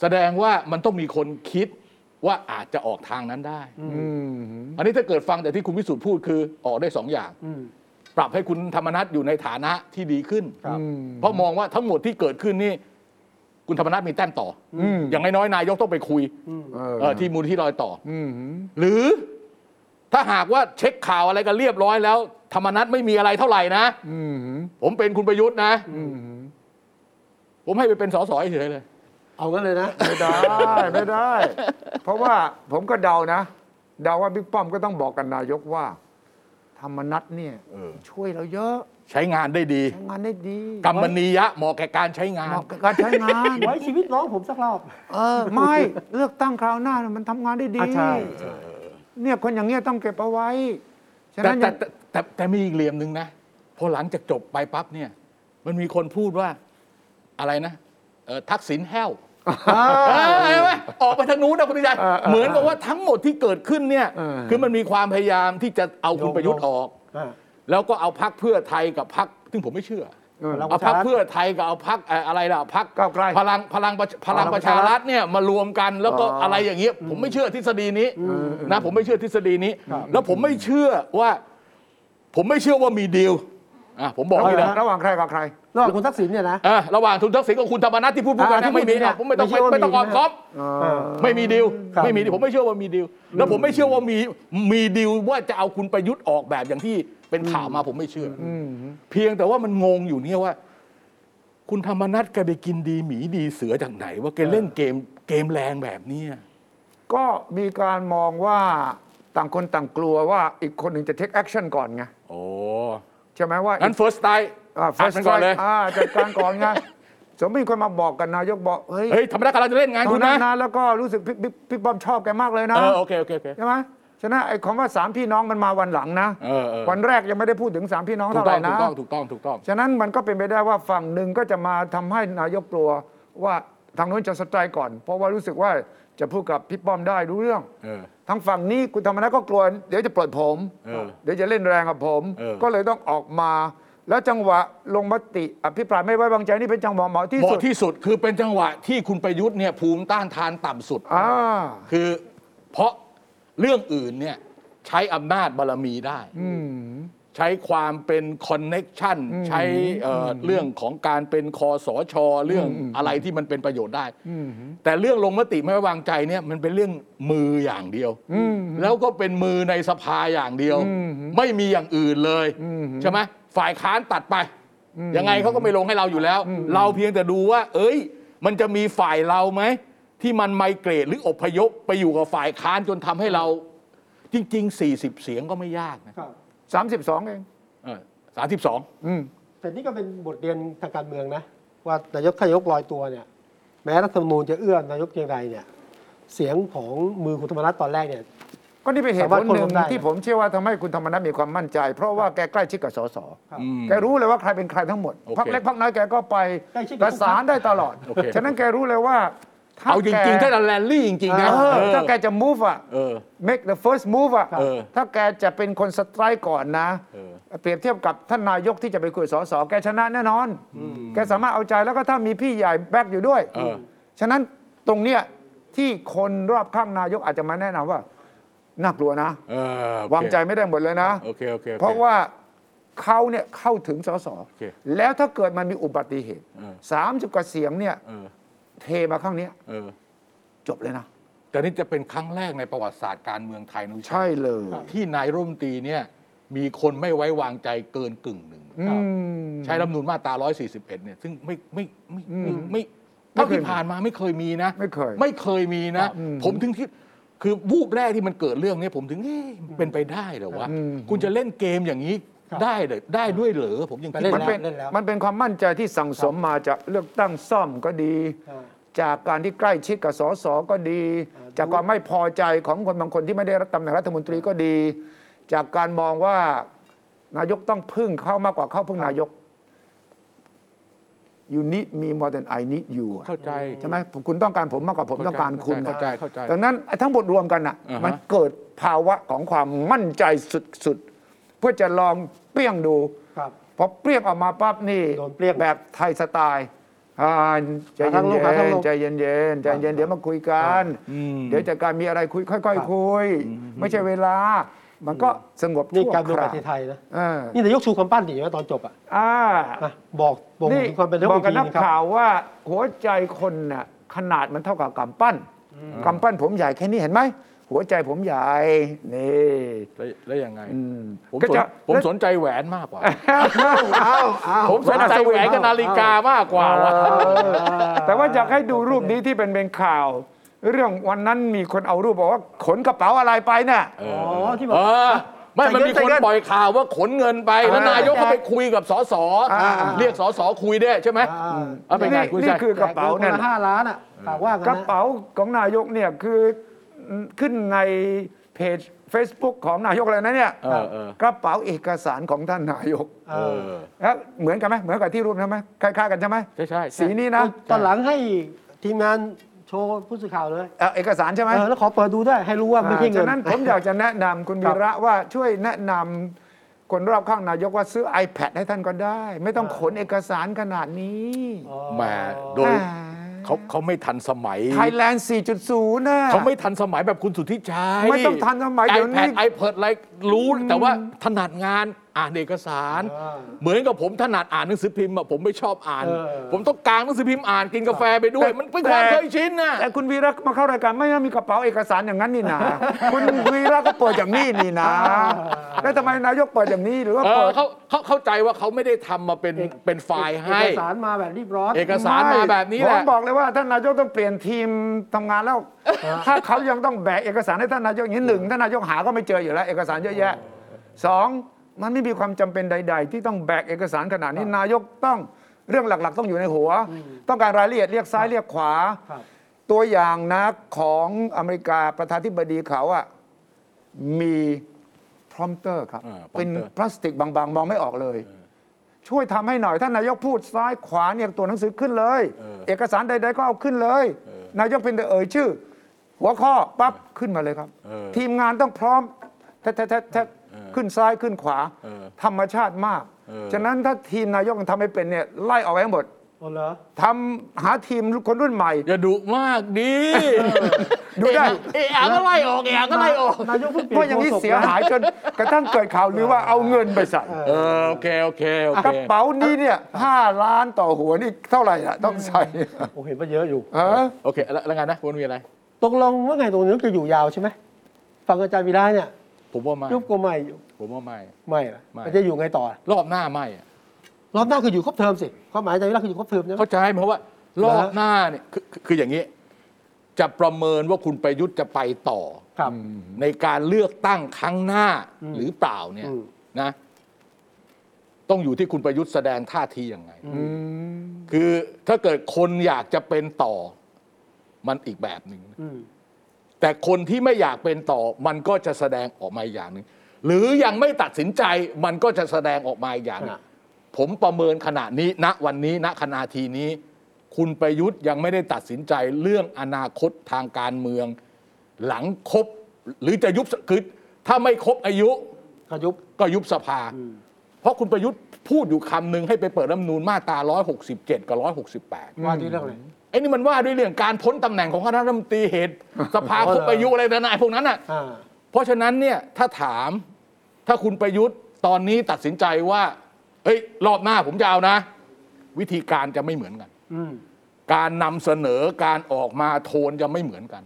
Speaker 2: แสดงว่ามันต้องมีคนคิดว่าอาจจะออกทางนั้นได้
Speaker 3: อืม
Speaker 2: อันนี้ถ้าเกิดฟังแต่ที่คุณวิสุทธ์พูดคือออกได้สองอย่าง
Speaker 1: อืม
Speaker 2: ปรับให้คุณธรรมนัตอยู่ในฐานะที่ดีขึ้น
Speaker 1: ครับ
Speaker 3: อืม
Speaker 2: เพราะมองว่าทั้งหมดที่เกิดขึ้นนี่ คุณธรรมนัตมีแต้มต่ออ
Speaker 3: อืม
Speaker 2: อย่างน้อยๆนายกต้องไปคุย
Speaker 1: อืม
Speaker 3: เออ
Speaker 2: เอ่อที่มูลที่รอยต่อ
Speaker 3: อืม
Speaker 2: หรือถ้าหากว่าเช็คข่าวอะไรกันเรียบร้อยแล้ว ธรรมนัตไม่มีอะไรเท่าไหร่นะ
Speaker 3: อืม
Speaker 2: ผมเป็นคุณประยุทธ์นะ
Speaker 3: อืม
Speaker 2: ผมให้ไปเป็นสสเฉยๆเลย
Speaker 1: เอางั้นเลยนะ
Speaker 3: ไม่ได้ไม่ได้ เพราะว่าผมก็เดานะ เดาว่าบิ๊กป้อมก็ต้องบอกกันนายกว่า ธรรมนัตเนี่ย
Speaker 2: เออ
Speaker 3: ช่วยเราเยอะ
Speaker 2: ใช้งานได้ดี
Speaker 3: ทำงานได้ดี
Speaker 2: กรรมนียะเหมาะแก่การใช้งา
Speaker 3: เห
Speaker 2: น
Speaker 3: มาะกับการใช้งาน
Speaker 1: ไว้ชีวิตน้องผมสักรอบ
Speaker 3: เออไม่เลือกตั้งคราวหน้าน่ะมันทำงานได้ดี
Speaker 1: อ่ะใช่
Speaker 3: เนี่ยคนอย่างเงี้ยต้องเก็บเอาไว้ฉะ
Speaker 2: แต่แต่
Speaker 3: นั้นอย่าง
Speaker 2: แต่แต่แต่มีอีกเหลี่ยมหนึ่งนะพอหลังจากจบไปปั๊บเนี่ย มันมีคนพูดว่าอะไรนะเอ่อทักษิณแห้วเออเห็นไหมออกไปทางนู้นนะคุณพิชัยเหมือนกับว่าทั้งหมดที่เกิดขึ้นเนี่ยคือมันมีความพยายามที่จะเอาคุณประยุทธ์ออก
Speaker 1: อ่า
Speaker 2: แล้วก็เอาพักเพื่อไทยกับพักซึ่งผมไม่เชื่อ
Speaker 3: เออ
Speaker 1: พลังป
Speaker 2: เอา
Speaker 1: ระ
Speaker 2: พั
Speaker 1: ชารั
Speaker 2: ก
Speaker 1: ฐ
Speaker 2: เพื่อไทยกับเอาพักอะไรล่ะพัก
Speaker 3: ก้าวไกล
Speaker 2: พลังพลังประชพลั
Speaker 1: พ
Speaker 2: ง
Speaker 1: ลังป
Speaker 2: ป
Speaker 1: ระ ระ
Speaker 2: ชา
Speaker 1: ชารั
Speaker 2: รัฐ
Speaker 1: ฐ
Speaker 2: เนี่ยมารวมกันแล้วก็
Speaker 3: อ๋ออ
Speaker 2: อะไรอย่างเงี้ยผมไม่เชื่อทฤษฎีนี้
Speaker 1: อืม
Speaker 2: นะผมไม่เชื่อทฤษฎีนี้ แล้วผมไม่เชื่อว่า ผมไม่เชื่อว่ามีดีลอ่ะผมบอก
Speaker 3: ระห
Speaker 2: นี่
Speaker 3: ว่า
Speaker 2: นะ
Speaker 3: งระหว่างใครกับใคร
Speaker 1: ระหว่างคุณทักษิณเนี่ยนะ
Speaker 2: อ่ะระหว่างทุนทักษิณกับคุณธรรมนัฐที่พูดพูดกัน
Speaker 1: อ่าที่
Speaker 2: นะไม่
Speaker 1: พู
Speaker 2: มี
Speaker 1: ด
Speaker 2: นะ
Speaker 1: เนี่ย
Speaker 2: ผมไม่ต้อง
Speaker 1: ไม่
Speaker 2: ไม่
Speaker 1: เชื่อว่า
Speaker 2: ไม่ต้อง
Speaker 1: มี
Speaker 2: ออม
Speaker 1: นะ
Speaker 2: ก๊อฟ
Speaker 1: เออ
Speaker 2: ไม่มีดีล
Speaker 1: ครับ
Speaker 2: ไม่มีดีลผมไม่เชื่อว่ามีดีลแล้วผมไม่เชื่อว่ามีมีดีลว่าจะเอาคุณประยุทธ์ออกแบบอย่างที่เป็นข่าวมาผมไม่เชื่ออ เพียงแต่ว่ามันงงอยู่เนี่ยว่า คุณธรรมนัฐแกไปกินดีหมีดีเสือจากไหน ว่าแกเล่นเกมเกมแรงแบบเนี้ย
Speaker 3: ก็มีการมองว่าต่างคนต่างกลัวว่าอีกคนหนึ่งจะเทคแอคชั่นก่อนไง
Speaker 2: โอ้
Speaker 3: ใช่ไหมว่า
Speaker 2: งั้น first time อั
Speaker 3: อ่า
Speaker 2: ด
Speaker 3: first
Speaker 2: มันก่อนเลย
Speaker 3: strike อ่าจัดการก่อนไง *laughs* สมมติมีคนมาบอกกันนายกบอกเฮ้ย
Speaker 2: เฮ้ยธรรมนัฐกำลังจะเล่นงาน
Speaker 3: ตอ
Speaker 2: คุ
Speaker 3: น
Speaker 2: ณ
Speaker 3: นั้
Speaker 2: นะ
Speaker 3: นนะแล้วก็รู้สึกพี่พี่พี่ป้อมชอบแกมากเลยนะ
Speaker 2: เออโอเคโอเคโอเค
Speaker 3: ใช่ไหมฉะนั้นไอ้คำว่าสามพี่น้องมันมาวันหลังนะ
Speaker 2: เออเออ
Speaker 3: วันแรกยังไม่ได้พูดถึงสามพี่น้อง
Speaker 2: ถู
Speaker 3: เท่าก ไห
Speaker 2: ต้อ
Speaker 3: ร่
Speaker 2: ง
Speaker 3: นะ
Speaker 2: ถูกต้องถูกต้องถูกต้อง
Speaker 3: ฉะนั้นมันก็เป็นไปได้ว่าฝั่งหนึ่งก็จะมาทำให้นายกกลัวว่าทางนู้นจะสไตร์ก่อน เพราะว่ารู้สึกว่าจะพูดกับพี่ป้อมได้รู้เรื่อง
Speaker 2: เออ
Speaker 3: ทางฝั่งนี้คุณธรรมนัฐก็กลัว เดี๋ยวจะปลดผม
Speaker 2: เออ
Speaker 3: เดี๋ยวจะเล่นแรงกับผม
Speaker 2: เออ
Speaker 3: ก็เลยต้องออกมา แล้วจังหวะลงมติอภิปรายไม่ไว้วางใจนี่เป็นจังหวะเหมาะที่
Speaker 2: เหมาะ
Speaker 3: สุด
Speaker 2: ที่สุดคือเป็นจังหวะที่คุณประยุทธ์เนี่ยภูมิต้านทานต่ำสุด
Speaker 3: อ่า
Speaker 2: คือเพราะเรื่องอื่นเนี่ยใช้อำนาจบารมีได้
Speaker 3: อืม
Speaker 2: ใช้ความเป็นคอนเน็กชันใช้เอ่ออเรื่องของการเป็นคอสช เรื่องอะไรที่มันเป็นประโยชน์ได้ แต่เรื่องลงมติไม่ไว้วางใจเนี่ยมันเป็นเรื่องมืออย่างเดียว แล้วก็เป็นมือในสภาอย่างเดียว ไม่มีอย่างอื่นเลยใช่ไหมฝ่ายค้านตัดไป ยังไงเขาก็ไม่ลงให้เราอยู่แล้ว เราเพียงแต่ดูว่า เอ้ย มันจะมีฝ่ายเราไหม ที่มันไมเกรดหรืออพยพไปอยู่กับฝ่ายค้านจนทำให้เรา จริง ๆ 40 เสียงก็ไม่ยากนะครับ
Speaker 3: 32 เอง
Speaker 2: สามสิบสอง
Speaker 3: อืม
Speaker 1: แต่นี่ก็เป็นบทเรียนทางการเมืองนะ ว่านายกขยกลอยตัวเนี่ย แม้รัฐธรรมนูญจะเอื้อนายกเพียงใดเนี่ย เสียงของมือคุณธรรมนัฐตอนแรกเนี่ย
Speaker 3: ก็นี่เป็นเหตุผลหนึ่ง
Speaker 1: สามารถควบคุมได้
Speaker 3: ที่ผมเชื่อว่าทำให้คุณธรรมนัฐมีความมั่นใจ เพราะว่าแกใกล้ชิดกับสส แกรู้เลยว่าใครเป็นใครทั้งหมด
Speaker 2: โอเค
Speaker 3: พักเล็กพักน้อยแกก็ไป
Speaker 1: ใกล้ชิดกับ
Speaker 3: ประสาน
Speaker 1: ทุกพรรค
Speaker 3: ได้ตลอด
Speaker 2: โอเค
Speaker 3: ฉะนั้นแกรู้เลยว่า
Speaker 2: เอาจริงๆ ถ้าจะแรลลี่จริงๆนะ
Speaker 3: เออ
Speaker 2: เออ
Speaker 3: ถ้าแกจะ move อ่ะ
Speaker 2: เออ
Speaker 3: make the first move อ่ะ
Speaker 2: เออ
Speaker 3: ถ้าแกจะเป็นคนสไตร์ก่อนนะ
Speaker 2: เออ
Speaker 3: เปรียบเทียบกับท่านนายกที่จะไปคุยกับสสแกชนะแน่นอน แกสามารถเอาใจแล้วก็ถ้ามีพี่ใหญ่แบกอยู่ด้วย
Speaker 2: เออ
Speaker 3: ฉะนั้นตรงเนี้ยที่คนรอบข้างนายกอาจจะมาแนะนำว่าน่ากลัวนะ
Speaker 2: เออโอเคว
Speaker 3: างใจไม่ได้หมดเลยนะ
Speaker 2: โอเคโอเคโอค
Speaker 3: เพราะว่าเขาเนี่ยเข้าถึงสส
Speaker 2: โอเค
Speaker 3: แล้วถ้าเกิดมันมีอุบัติเหตุ
Speaker 2: เออ
Speaker 3: 30 กว่าเสียงเนี่ย
Speaker 2: เออ
Speaker 3: เทมาข้างเนี้ย
Speaker 2: เออ
Speaker 3: จบเลยนะ
Speaker 2: แต่นี่จะเป็นครั้งแรกในประวัติศาสตร์การเมืองไทยนุ้ย
Speaker 3: ใช่เลย
Speaker 2: ที่นายรัฐมนตรีเนี่ย มีคนไม่ไว้วางใจเกินกึ่งหนึ่ง
Speaker 3: อืม
Speaker 2: ใช้รัฐธรรมนูญมาตรา 141 เนี่ย ซึ่งไม่ไม่ไม่
Speaker 3: อื
Speaker 2: ไม่
Speaker 3: ม
Speaker 2: ไม่
Speaker 3: ไม่
Speaker 2: เท่า
Speaker 3: เคย
Speaker 2: ที่ผ่านมาไม่เคยมีนะ
Speaker 3: ไม่เคย
Speaker 2: ไม่เคยมีนะ
Speaker 3: อืม
Speaker 2: ผมถึงคิดคือวูบแรกที่มันเกิดเรื่องเนี้ผมถึงเอ๊ะมันเป็นไปได้เหรอวะ
Speaker 3: อืม
Speaker 2: คุณจะเล่นเกมอย่างนี้ได้เหรอได้ด้วยเหรอผมยังคิด
Speaker 3: มันเป็น
Speaker 1: เล่นแล้ว
Speaker 3: มันเป็นความมั่นใจที่สั่งสมมาจากเลือกตั้งซ่อมก็ดี จากการที่ใกล้ชิดกับสสก็ดี จากความไม่พอใจของคนบางคนที่ไม่ได้รับตำแหน่งรัฐมนตรีก็ดี จากการมองว่านายกต้องพึ่งเข้ามากกว่าเข้าพึ่งนายก you need me more than I need you อะ
Speaker 2: เข้าใจ
Speaker 3: ใช่ไหมผมคุณต้องการผมมากกว่าผมต้องการคุณ
Speaker 2: เข้าใจเข้าใจ
Speaker 3: ดังนั้นไอ้ทั้งหมดรวมกันอ่ะ
Speaker 2: อ่าฮะ
Speaker 3: มันเกิดภาวะของความมั่นใจสุดๆ เพื่อจะลองเปี้ยงดู
Speaker 1: ครับ
Speaker 3: พอเปรี้ยงออกมาปั๊บนี่
Speaker 1: โดนเปรี้ยง
Speaker 3: แบบไทยสไตล์อ่าใจ
Speaker 1: หาทางล
Speaker 3: เย็
Speaker 1: งหาทางล
Speaker 3: น
Speaker 1: ง
Speaker 3: ๆใจเย็นๆใจเย็นๆเดี๋ยวมาคุยกัน เดี๋ยวจากการมีอะไรคุยค่อย ๆ คุย ไม่ใช่เวลา มันก็สงบ
Speaker 1: นี่
Speaker 3: ชั่ว
Speaker 1: การเมือง
Speaker 3: ค
Speaker 1: ป
Speaker 3: ราว
Speaker 1: ระเทศไทยนะ
Speaker 3: เออ
Speaker 1: นี่นายกชูคำปั้นดิว่าตอนจบอ่ะ
Speaker 3: อ่า
Speaker 1: อ่ะบอกบ่ง
Speaker 3: นี่
Speaker 1: ถึงความเป็นนายก
Speaker 3: บอก
Speaker 1: อีก
Speaker 3: กับ
Speaker 1: ที
Speaker 3: นัก
Speaker 1: นึงครับ
Speaker 3: ข่าวว่าหัวใจคนน่ะขนาดมันเท่ากับกำปั้นกำปั้นผมใหญ่แค่นี้เห็นไหมหัวใจผมใหญ่นี่
Speaker 2: แล้วแล้วยังไง
Speaker 3: อืม
Speaker 2: ผม
Speaker 3: ก็
Speaker 2: สน
Speaker 3: จะ
Speaker 2: ผมสนใจแหวนมากกว่า
Speaker 6: อ้าวอ้าว
Speaker 2: ผมสนใจแหวนกับนาฬิกามากกว่าว่ะ
Speaker 3: แต่ว่าอยากให้ดูรูปนี้ที่เป็นเป็นข่าว เรื่องวันนั้นมีคนเอารูปบอกว่าขนกระเป๋าอะไรไปเนี่ย
Speaker 1: อ๋อที่บอ
Speaker 2: เอก อ ไม่
Speaker 6: ใจเย็น
Speaker 2: มันมีคน
Speaker 6: ใจเย็น
Speaker 2: ปล่อยข่าวว่าขนเงินไป แล้
Speaker 3: อ่าน
Speaker 2: วายกก็ไปคุยกับสส
Speaker 3: อ่า
Speaker 2: เรียกสสคุยได้วยใช่ไหม
Speaker 1: อ่า
Speaker 2: เอาไปไงคุย
Speaker 3: นี่
Speaker 2: ใช่
Speaker 3: คือกระเป๋าเนี่ย
Speaker 1: แจกงินคนละห้าล้านอ่ะถามว่ากัน
Speaker 3: ก
Speaker 1: นะ
Speaker 3: ระเป๋าของนายกเนี่ยคือขึ้นในเพจ Facebook ของนายกเลยนะเนี่ย
Speaker 2: เออเออ
Speaker 3: กระเป๋าเอกสารของท่านนายก
Speaker 1: เอ
Speaker 2: เอ
Speaker 1: อ
Speaker 2: อ
Speaker 3: แล้วเหมือนกันไหมเหมือนกับที่รูปใช่ไหมคล้ายๆกันใช่ไหม
Speaker 2: ใช่ใช่
Speaker 3: สีนี้นะ
Speaker 1: ตอนหลังให้ทีมงานโชว์ผู้สื่อข่าวเลย
Speaker 3: เอ่อเอกสารใช่ไหม
Speaker 1: เออแล้วขอเปิดดูด้วยให้รู้ว่าไม่ใช่เงิน
Speaker 3: ฉะนั้นผมอยากจะแนะนำคุณวีระว่าช่วยแนะนำคนรอบข้างนายกว่าซื้อ iPad ให้ท่านก็ได้ ไม่ต้องขนเอกสารขนาดนี้
Speaker 2: แหมาโดยเขาเขาไม่ทันสมัย
Speaker 3: ไทยแลนด์ 4.0 นะ
Speaker 2: เขาไม่ทันสมัยแบบคุณสุทธิชัย
Speaker 3: ไม่ต้องทันสมัยเดี๋ยวนี้
Speaker 2: ไอเพิดอะไรรู้แต่ว่าถนัดงานอ่านเอกสาร
Speaker 1: อ่า
Speaker 2: เหมือนกับผมถนัดอ่านหนังสือพิมพ์อะผมไม่ชอบอ่าน
Speaker 1: เออ
Speaker 2: ผมต้องกางหนังสือพิมพ์อ่านกินกาแฟไปด้วย มันเป็นความเคยชินนะ
Speaker 3: แต่คุณวีระมาเข้ารายการไม่ได้มีกระเป๋าเอกสารอย่างนั้นนี่นะ คุณวีระก็เปิดอย่างนี้นี่นะ แล้วทำไมนายกเปิดอย่างนี้หรือว่า
Speaker 2: เอ
Speaker 3: เปิ
Speaker 2: อ
Speaker 3: ด
Speaker 2: เขาเขาเข้าใจว่าเขาไม่ได้ทำมาเป็นเป็นไฟล์ให้
Speaker 1: เอกสารมาแบบรีบร้อน
Speaker 2: เอกสารมาแบบนี้แห
Speaker 3: ผ
Speaker 2: ละ
Speaker 3: มบอกเลยว่าท่านนายกต้องเปลี่ยนทีมทำงาน
Speaker 2: *laughs*
Speaker 3: แล้ว ถ้าเขายังต้องแบกเอกสารให้ท่านนายกอย่างนี้หนึ่งท่านนายกหาก็ไม่เจออยู่แล้ว เอกสารเยอะแยะสองมันไม่มีความจำเป็นใด ๆ ที่ต้องแบกเอกสารขนาดนี้นายกต้องเรื่องหลักๆ ต้องอยู่ในหัว ต้องการรายละเอียดเรียกซ้ายเรียกขวา
Speaker 1: ครับ
Speaker 3: ตัวอย่างนะของอเมริกาประธานธิบดีเขาอะมีพรอมเตอร์ครับ
Speaker 2: อ่า prompter
Speaker 3: เป็นพลาสติกบางๆ มองไม่ออกเลย ช่วยทำให้หน่อยท่านนายกพูดซ้ายขวาเนี่ยตัวหนังสือขึ้นเลย
Speaker 2: เออ
Speaker 3: เอกสารใด ๆ ก็เอาขึ้นเลย
Speaker 2: เออน
Speaker 3: ายกเป็นแต่เอ่ยชื่อ หัวข้อปั๊บขึ้นมาเลยครับ
Speaker 2: เออ
Speaker 3: ทีมงานต้องพร้อมแทะแทะแทะแทะ
Speaker 2: เออ
Speaker 3: ขึ้นซ้ายขึ้นขวา
Speaker 2: เออ
Speaker 3: ธรรมชาติมาก
Speaker 2: เออ
Speaker 3: ฉะนั้นถ้าทีมนายกยังทำไม่เป็นเนี่ยไล่ออกไปให้หมด
Speaker 1: หมดเหรอ
Speaker 3: ทำหาทีมคนรุ่นใหม่
Speaker 2: อย่าดุมากดิ
Speaker 3: ดูได้
Speaker 2: เอะอะก็ไล่ออกเอะอะก็ไล่ออก
Speaker 1: นายกเพิ่งเปลี่ย
Speaker 3: เพราะ
Speaker 1: น
Speaker 3: อย่างนี้
Speaker 1: โฆษก
Speaker 3: เสียหาย
Speaker 1: นะ
Speaker 3: จนกระทั่งเกิดข่าวหรือว่าเอาเงินไปใส่
Speaker 2: เออโอเคโอเคโอก เค
Speaker 3: ระเป๋านี้เนี่ยห้าล้านต่อหัวนี่เท่าไหร่อะต้องใส่
Speaker 1: โอเคมันเยอะอยู่
Speaker 3: เออ
Speaker 2: โอเคแล้วแล้วไงนะคุณมีอะไร
Speaker 1: ตกลงว่าไงตรงนี้จะอยู่ยาวใช่ไหมฟังอาจารย์วีระเนี่ย
Speaker 2: ผมว่าไม่
Speaker 1: ยุบก็ไม่อยู่
Speaker 2: ผมว่าไม่
Speaker 1: ไม่ละ
Speaker 2: ไม่
Speaker 1: มันจะอยู่ไงต่อ
Speaker 2: รอบหน้าไม่อะ
Speaker 1: รอบหน้าคืออยู่ครบเทอมสิความหมายอาจารย์วีระคืออยู่ครบเทอมใช่ไหม
Speaker 2: เข้าใจไหมเพราะว่ารอบหน้าเนี่ยคือคือคืออย่างนี้ จะประเมินว่าคุณประยุทธ์จะไปต่อ
Speaker 1: ครับ
Speaker 2: ในการเลือกตั้งครั้งหน้า
Speaker 1: อืม
Speaker 2: หรือเปล่าเนี่ย
Speaker 1: อืม
Speaker 2: นะ ต้องอยู่ที่คุณประยุทธ์แสดงท่าทียังไง
Speaker 3: อืม
Speaker 2: คือถ้าเกิดคนอยากจะเป็นต่อ มันอีกแบบหนึ่งนะ
Speaker 1: อืม
Speaker 2: แต่คนที่ไม่อยากเป็นต่อ มันก็จะแสดงออกมาอีกอย่างหนึ่งหรือยังไม่ตัดสินใจมันก็จะแสดงออกมาอีกอย่างหนึ่ง
Speaker 1: อ่ะ
Speaker 2: ผมประเมินขณะนี้ณวันนี้ณขณะทีนี้ คุณประยุทธ์ยังไม่ได้ตัดสินใจเรื่องอนาคตทางการเมือง หลังครบหรือจะยุบสคือถ้าไม่ครบอายุ
Speaker 1: ขยุบ
Speaker 2: ก็ยุบสภา เพราะคุณประยุทธ์พูดอยู่คำหนึ่งให้ไปเปิดรัฐธรรมนูญมาตรา 167 กับ 168
Speaker 1: ว่าที่เรื่องอะไร
Speaker 2: ไอ้นี่มันว่าด้วยเรื่องการพ้นตำแหน่งของคณะรัฐมนตรีเหตุ สภา
Speaker 1: อ๋อ
Speaker 2: ค
Speaker 1: เหร
Speaker 2: ร
Speaker 1: อ
Speaker 2: บอายุอะไรต่างๆพวกนั้นอ่ะ
Speaker 1: อ่า
Speaker 2: เพราะฉะนั้นเนี่ยถ้าถามถ้าคุณประยุทธ์ตอนนี้ตัดสินใจว่า เอ้ย รอบหน้าผมจะเอานะ วิธีการจะไม่เหมือนกัน
Speaker 1: อืม
Speaker 2: การนำเสนอการออกมาโทนจะไม่เหมือนกัน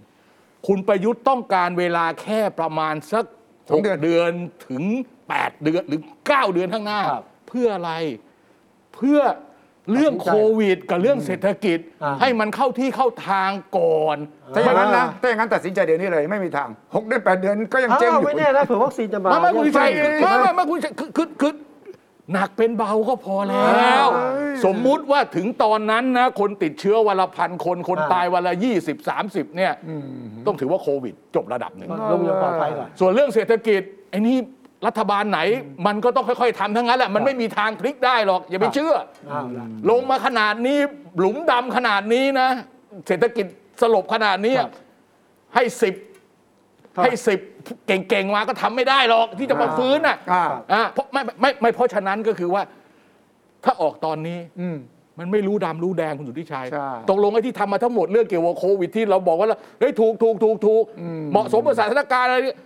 Speaker 2: คุณประยุทธ์ต้องการเวลาแค่ประมาณสัก
Speaker 3: สองเดื
Speaker 2: ห
Speaker 3: อน
Speaker 2: กเดือนถึง 8 เดือนหรือ 9 เดือนข้างหน้า
Speaker 1: ครับ
Speaker 2: เพื่ออะไรเพื่อเรื่องโควิด กับเรื่องเศรษฐกิจ
Speaker 1: อ่า
Speaker 2: ให้มันเข้าที่เข้าทางก่อน
Speaker 3: ถ้าอย่างนั้นนะถ้าอย่างนั้นตัดสินใจเดี๋ยวนี้เลยไม่มีทางหกเดือนแปดเดือนก็ยัง
Speaker 1: อ้า
Speaker 3: เจ๊ง
Speaker 1: ว
Speaker 3: อยู่
Speaker 1: ไม่แน่นะเผื่อวัคซีนจะมา
Speaker 2: ไม่ไม่คุณชัย
Speaker 1: ยังไม่
Speaker 2: ไม่ไม่ไม่คุณชัยคือคือคือหนักเป็นเบาก็พอแล้ว
Speaker 3: เอ้ย
Speaker 2: สมมุติว่าถึงตอนนั้นนะ คนติดเชื้อวันละพันคน คน
Speaker 1: อ่า
Speaker 2: ตายวันละ 20 30 เนี่ย ต้องถือว่าโควิด จบระดับหนึ่ง
Speaker 1: ลงเรือปลอดภัยก่อน
Speaker 2: ส่วนเรื่องเศรษฐกิจ ไอ้นี่รัฐบาลไหนมันก็ต้องค่อย ๆทำทั้งนั้นแหละ มันไม่มีทางพลิกได้หรอก อย่าไป
Speaker 1: ครับ
Speaker 2: เชื่อ
Speaker 1: อ้าวละ
Speaker 2: ลงมาขนาดนี้หลุมดำขนาดนี้นะ เศรษฐกิจสลบขนาดนี้
Speaker 1: ครับ
Speaker 2: ให้สิบ
Speaker 1: ครับ
Speaker 2: ให้สิบเก่งๆมาก็ทำไม่ได้หรอกที่จะมา
Speaker 1: อ่า
Speaker 2: ฟื้นอ่ะ
Speaker 3: อ่า
Speaker 2: อ่าเพราะไม่ไม่ไม่ไม่เพราะฉะนั้นก็คือว่า ถ้าออกตอนนี้
Speaker 3: อืม
Speaker 2: มันไม่รู้ดำรู้แดงคุณสุทธิชัย
Speaker 3: ใช่
Speaker 2: ตกลงไอ้ที่ทำมาทั้งหมดเรื่องเกี่ยวกับโควิดที่เราบอกว่าเฮ้ยถูกถูกถูกถูกเหมาะสมกับสถานการณ์อะไรเนี่ย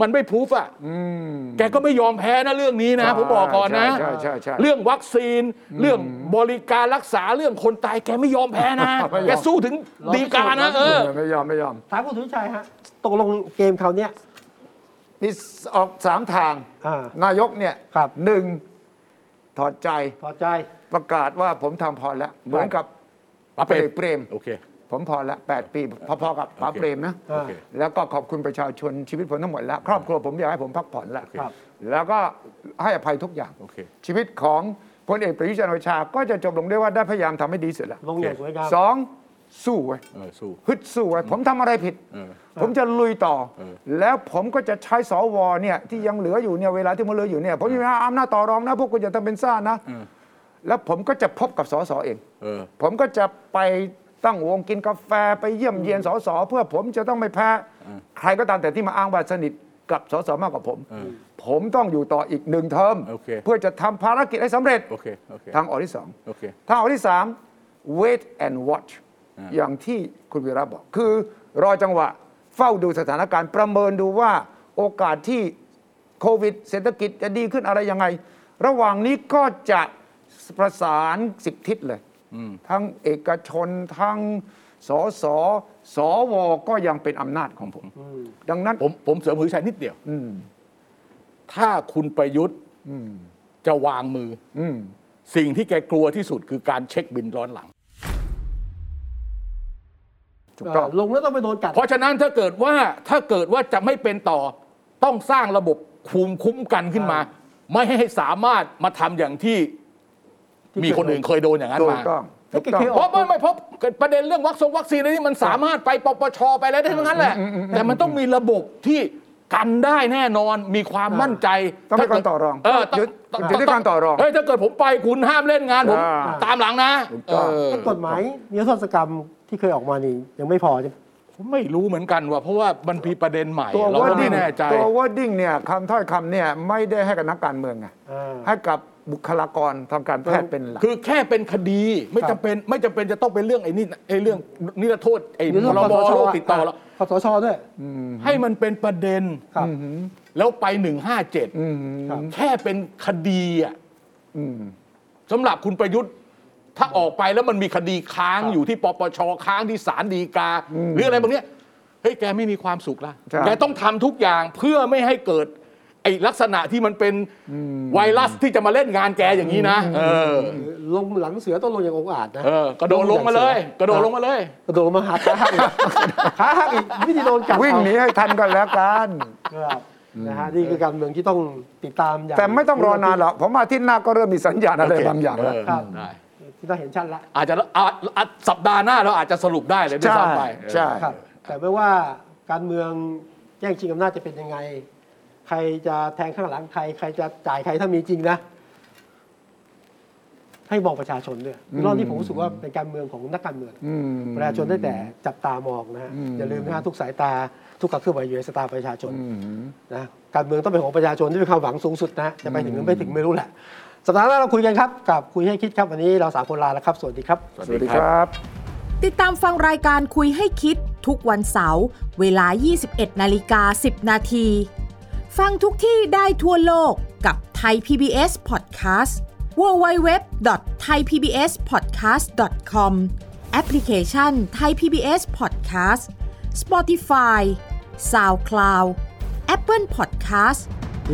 Speaker 2: มันไม่พูฟอ่ะ
Speaker 3: อืม
Speaker 2: แกก็ไม่ยอมแพ้นะเรื่องนี้นะ
Speaker 3: ใช่
Speaker 2: ผมบอกก่อนนะ
Speaker 3: ใช่ใช่ใช่
Speaker 2: เรื่องวัคซีน เรื่องบริการรักษาเรื่องคนตายแก *laughs* ไม่ยอมแพ้นะ
Speaker 3: ไม่ยอม
Speaker 2: แกสู้ถึงดีกานะเออ
Speaker 3: ไม่ยอมไม่ยอม
Speaker 1: ถามคุณสุวิชัยฮะตกลงเกมเขาวเนี้ย
Speaker 3: นี่ออกสามทาง
Speaker 1: อ่าน
Speaker 3: ายกเนี่ย
Speaker 1: ครับ
Speaker 3: หนึ่งถอดใจ
Speaker 1: พอใจ
Speaker 3: ประกาศว่าผมทำพอแล้ว เหมือนกับ
Speaker 2: ป๋าเปรม
Speaker 3: เปรม
Speaker 2: โอเค
Speaker 3: ผมพอแล้ว8ปี พอๆกับป๋าเปรมนะ
Speaker 1: โอเค
Speaker 3: แล้วก็ขอบคุณประชาชนชีวิตผมทั้งหมดแล้ว ครอบครัวผมอยากให้ผมพักผ่อนแล้ว
Speaker 1: ครับ
Speaker 3: แล้วก็ให้อภัยทุกอย่าง
Speaker 2: โอเค
Speaker 3: ชีวิตของพลเอกประยุทธ์จันทร์โอชา ก็จะจบลงด้วยว่าได้พยายามทำให้ดีสุดแล้ว
Speaker 1: ลงอย่างสวยงาม
Speaker 3: สองสู้ไว้
Speaker 2: เออสู้
Speaker 3: ฮึดสู้ไว้ผมทำอะไรผิด
Speaker 2: เออ
Speaker 3: ผมจะลุยต่อ แล้วผมก็จะใช้สวเนี่ยที่ยังเหลืออยู่เนี่ยเวลาที่มันเหลืออยู่เนี่ยผมมีอำนาจต่อรองนะพวกคุณอย่าทำเป็นซ่านะ แล้วผมก็จะพบกับสสเอง
Speaker 2: เออ
Speaker 3: ผมก็จะไปตั้งวงกินกาแฟไปเยี่ยมเยียนสสเพื่อผมจะต้องไม่แพ้ ใครก็ตามแต่ที่มาอ้างว่าสนิทกับสสมากกว่าผม ผมต้องอยู่ต่ออีกหนึ่งเทอม
Speaker 2: โอเค
Speaker 3: เพื่อจะทำภารกิจให้สำเร็จ
Speaker 2: โอเค โอเค
Speaker 3: ทางออกที่สอง
Speaker 2: โอเค
Speaker 3: ทางออกที่สาม wait and watch อย่างที่คุณวีระบอก คือรอจังหวะเฝ้าดูสถานการณ์ประเมินดูว่าโอกาสที่โควิด เศรษฐกิจจะดีขึ้นอะไรยังไง ระหว่างนี้ก็จะประสานสิบทิศเลย ทั้งเอกชน ทั้งสสสวก็ยังเป็นอำนาจของผม ดังนั้น
Speaker 2: ผมผมเสริมหือชัยนิดเดียว ถ้าคุณประยุทธ์จะวางมืออ
Speaker 3: ม
Speaker 2: สิ่งที่แกกลัวที่สุดคือการเช็คบินร้อนหลัง
Speaker 3: ถูกต้อง
Speaker 1: เออลงแล้วต้องไปโดนกัด
Speaker 2: เพราะฉะนั้นถ้าเกิดว่าถ้าเกิดว่าจะไม่เป็นต่อต้องสร้างระบบคุมคุ้มกันขึ้นมา
Speaker 1: อ่
Speaker 2: ไม่ให้สามารถมาทำอย่างที่มีคนอื่นเคยโดนอย่างนั้น
Speaker 3: ถู
Speaker 2: มาก
Speaker 3: ต้อง
Speaker 1: ให้
Speaker 3: ถูกต้อง
Speaker 1: KKO
Speaker 2: เพราะไม่ไม่เพราะประเด็นเรื่องวัคซงวัคซีนอะไรนี่มันสามารถไปปปชไปอะไรได้ทั้งนั้นแหละ แต่มันต้องมีระบบที่กันได้แน่นอนมีความมั่นใจ
Speaker 3: ต้องมีการต่อรอง
Speaker 2: เออต้
Speaker 3: ยึดยึดด้วยการต่อรอง
Speaker 2: เฮ้ยถ้าเกิดผมไปคุณห้ามเล่นงานผม
Speaker 3: อ่า
Speaker 2: ตามหลังนะ
Speaker 3: ถูกต้อง
Speaker 2: เออ
Speaker 1: ถ้ากฎหมายนิรโทษกรรมที่เคยออกมานี่ยังไม่พอใช่ไหม
Speaker 2: ผมไม่รู้เหมือนกันว่าเพราะว่ามันมีประเด็นใหม่
Speaker 3: ตัว
Speaker 2: เรา
Speaker 3: วอ
Speaker 2: ก็
Speaker 3: ร์ดิ้
Speaker 2: ไม่
Speaker 3: ง
Speaker 2: แน่ใจ
Speaker 3: ตัววอร์ดิ้งเนี่ยคำถ้อยคำเนี่ยไม่ได้ให้กับนักการเมืองไง
Speaker 1: อ่า
Speaker 3: ให้กับบุคลากรทางการแพทย์เป็นหลัก
Speaker 2: คือแค่เป็นคดีไม่จำเป็นไม่จำเป็นจะต้องเป็นเรื่องไอ้นี่ไอ้เรื่องนิรโทษไอ้พรบโรคติดต่อแล้ว
Speaker 1: คสชด้วย
Speaker 2: ให้มันเป็นประเด็น
Speaker 1: ครับ
Speaker 2: แล้วไป
Speaker 1: ค
Speaker 2: 157
Speaker 1: รับ
Speaker 2: แค่เป็นคดีอ่ะสำหรับคุณประยุทธ์ ถ้าออกไปแล้วมันมีคดีค้างอยู่ที่ปปชค้างที่ศาลฎีกา หรืออะไรบางอย่างเฮ้ยแกไม่มีความสุขละ
Speaker 3: ใช่
Speaker 2: แกต้องทำทุกอย่างเพื่อไม่ให้เกิดไอ้ลักษณะที่มันเป็นไวรัสที่จะมาเล่นงานแกอย่างนี้นะเออ
Speaker 1: ลงหลังเสือต้องลงอย่างองอาจนะ
Speaker 2: เออกระโดดลงมาเลย กระโดดลงมาเลย
Speaker 1: กระโดดลงมาหาขาหักอีกขาหักอีกวิธีโดนกัด
Speaker 3: วิ่งหนีให้ทันก่อนแล้วกัน
Speaker 1: ครับนะฮะนี่คือการเมืองที่ต้องติดตามอย่าง
Speaker 3: แต่ไม่ต้องรอนานหรอกผมว่าอาที่หน้าก็เริ่มมีสัญญาณอะไรบางอย่างแล้ว
Speaker 1: ครับ
Speaker 2: ได้
Speaker 1: ที่ต้องเห็นชัดละ
Speaker 2: อาจจะอาจอาจสัปดาห์หน้าเราอาจจะสรุปได้เลยด้วย
Speaker 3: ใช่
Speaker 2: ซ้ำไป
Speaker 3: ใช่
Speaker 1: ครับ แต่ไม่ว่าการเมืองแย่งชิงอำนาจจะเป็นยังไง ใครจะแทงข้างหลังใครใครจะจ่ายใครถ้ามีจริงนะ ให้มองประชาชนด้วยรอบนี้ผมรู้สึกว่าเป็นการเมืองของนักการเมือง
Speaker 3: อืม
Speaker 1: ประชาชนได้แต่จับตามองนะฮะ
Speaker 3: อืม
Speaker 1: อย่าลืมนะฮะทุกสายตาทุกการเคลื่อนไหวอยู่ในสายตาประชาชน
Speaker 3: อืม
Speaker 1: นะการเมืองต้องเป็นของประชาชนที่เป็นความหวังสูงสุดนะฮะจะไปถึงหรือไม่ถึงไม่รู้แหละสัปดาห์หน้าเราคุยกันครับกับคุยให้คิดครับวันนี้เราสามคนลาแล้วครับ สวัสดีครับ
Speaker 3: สวัสดีครับ
Speaker 9: ติดตามฟังรายการคุยให้คิดทุกวันเสาร์เวลา 21 นาฬิกา 10 นาที ฟังทุกที่ได้ทั่วโลกกับ ไทย PBS Podcast www.thaipbspodcast.com แอปพลิเคชัน Thai PBS Podcast Spotify SoundCloud Apple Podcast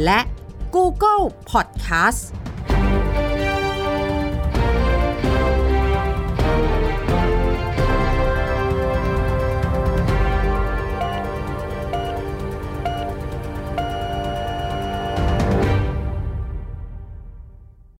Speaker 9: และ Google Podcast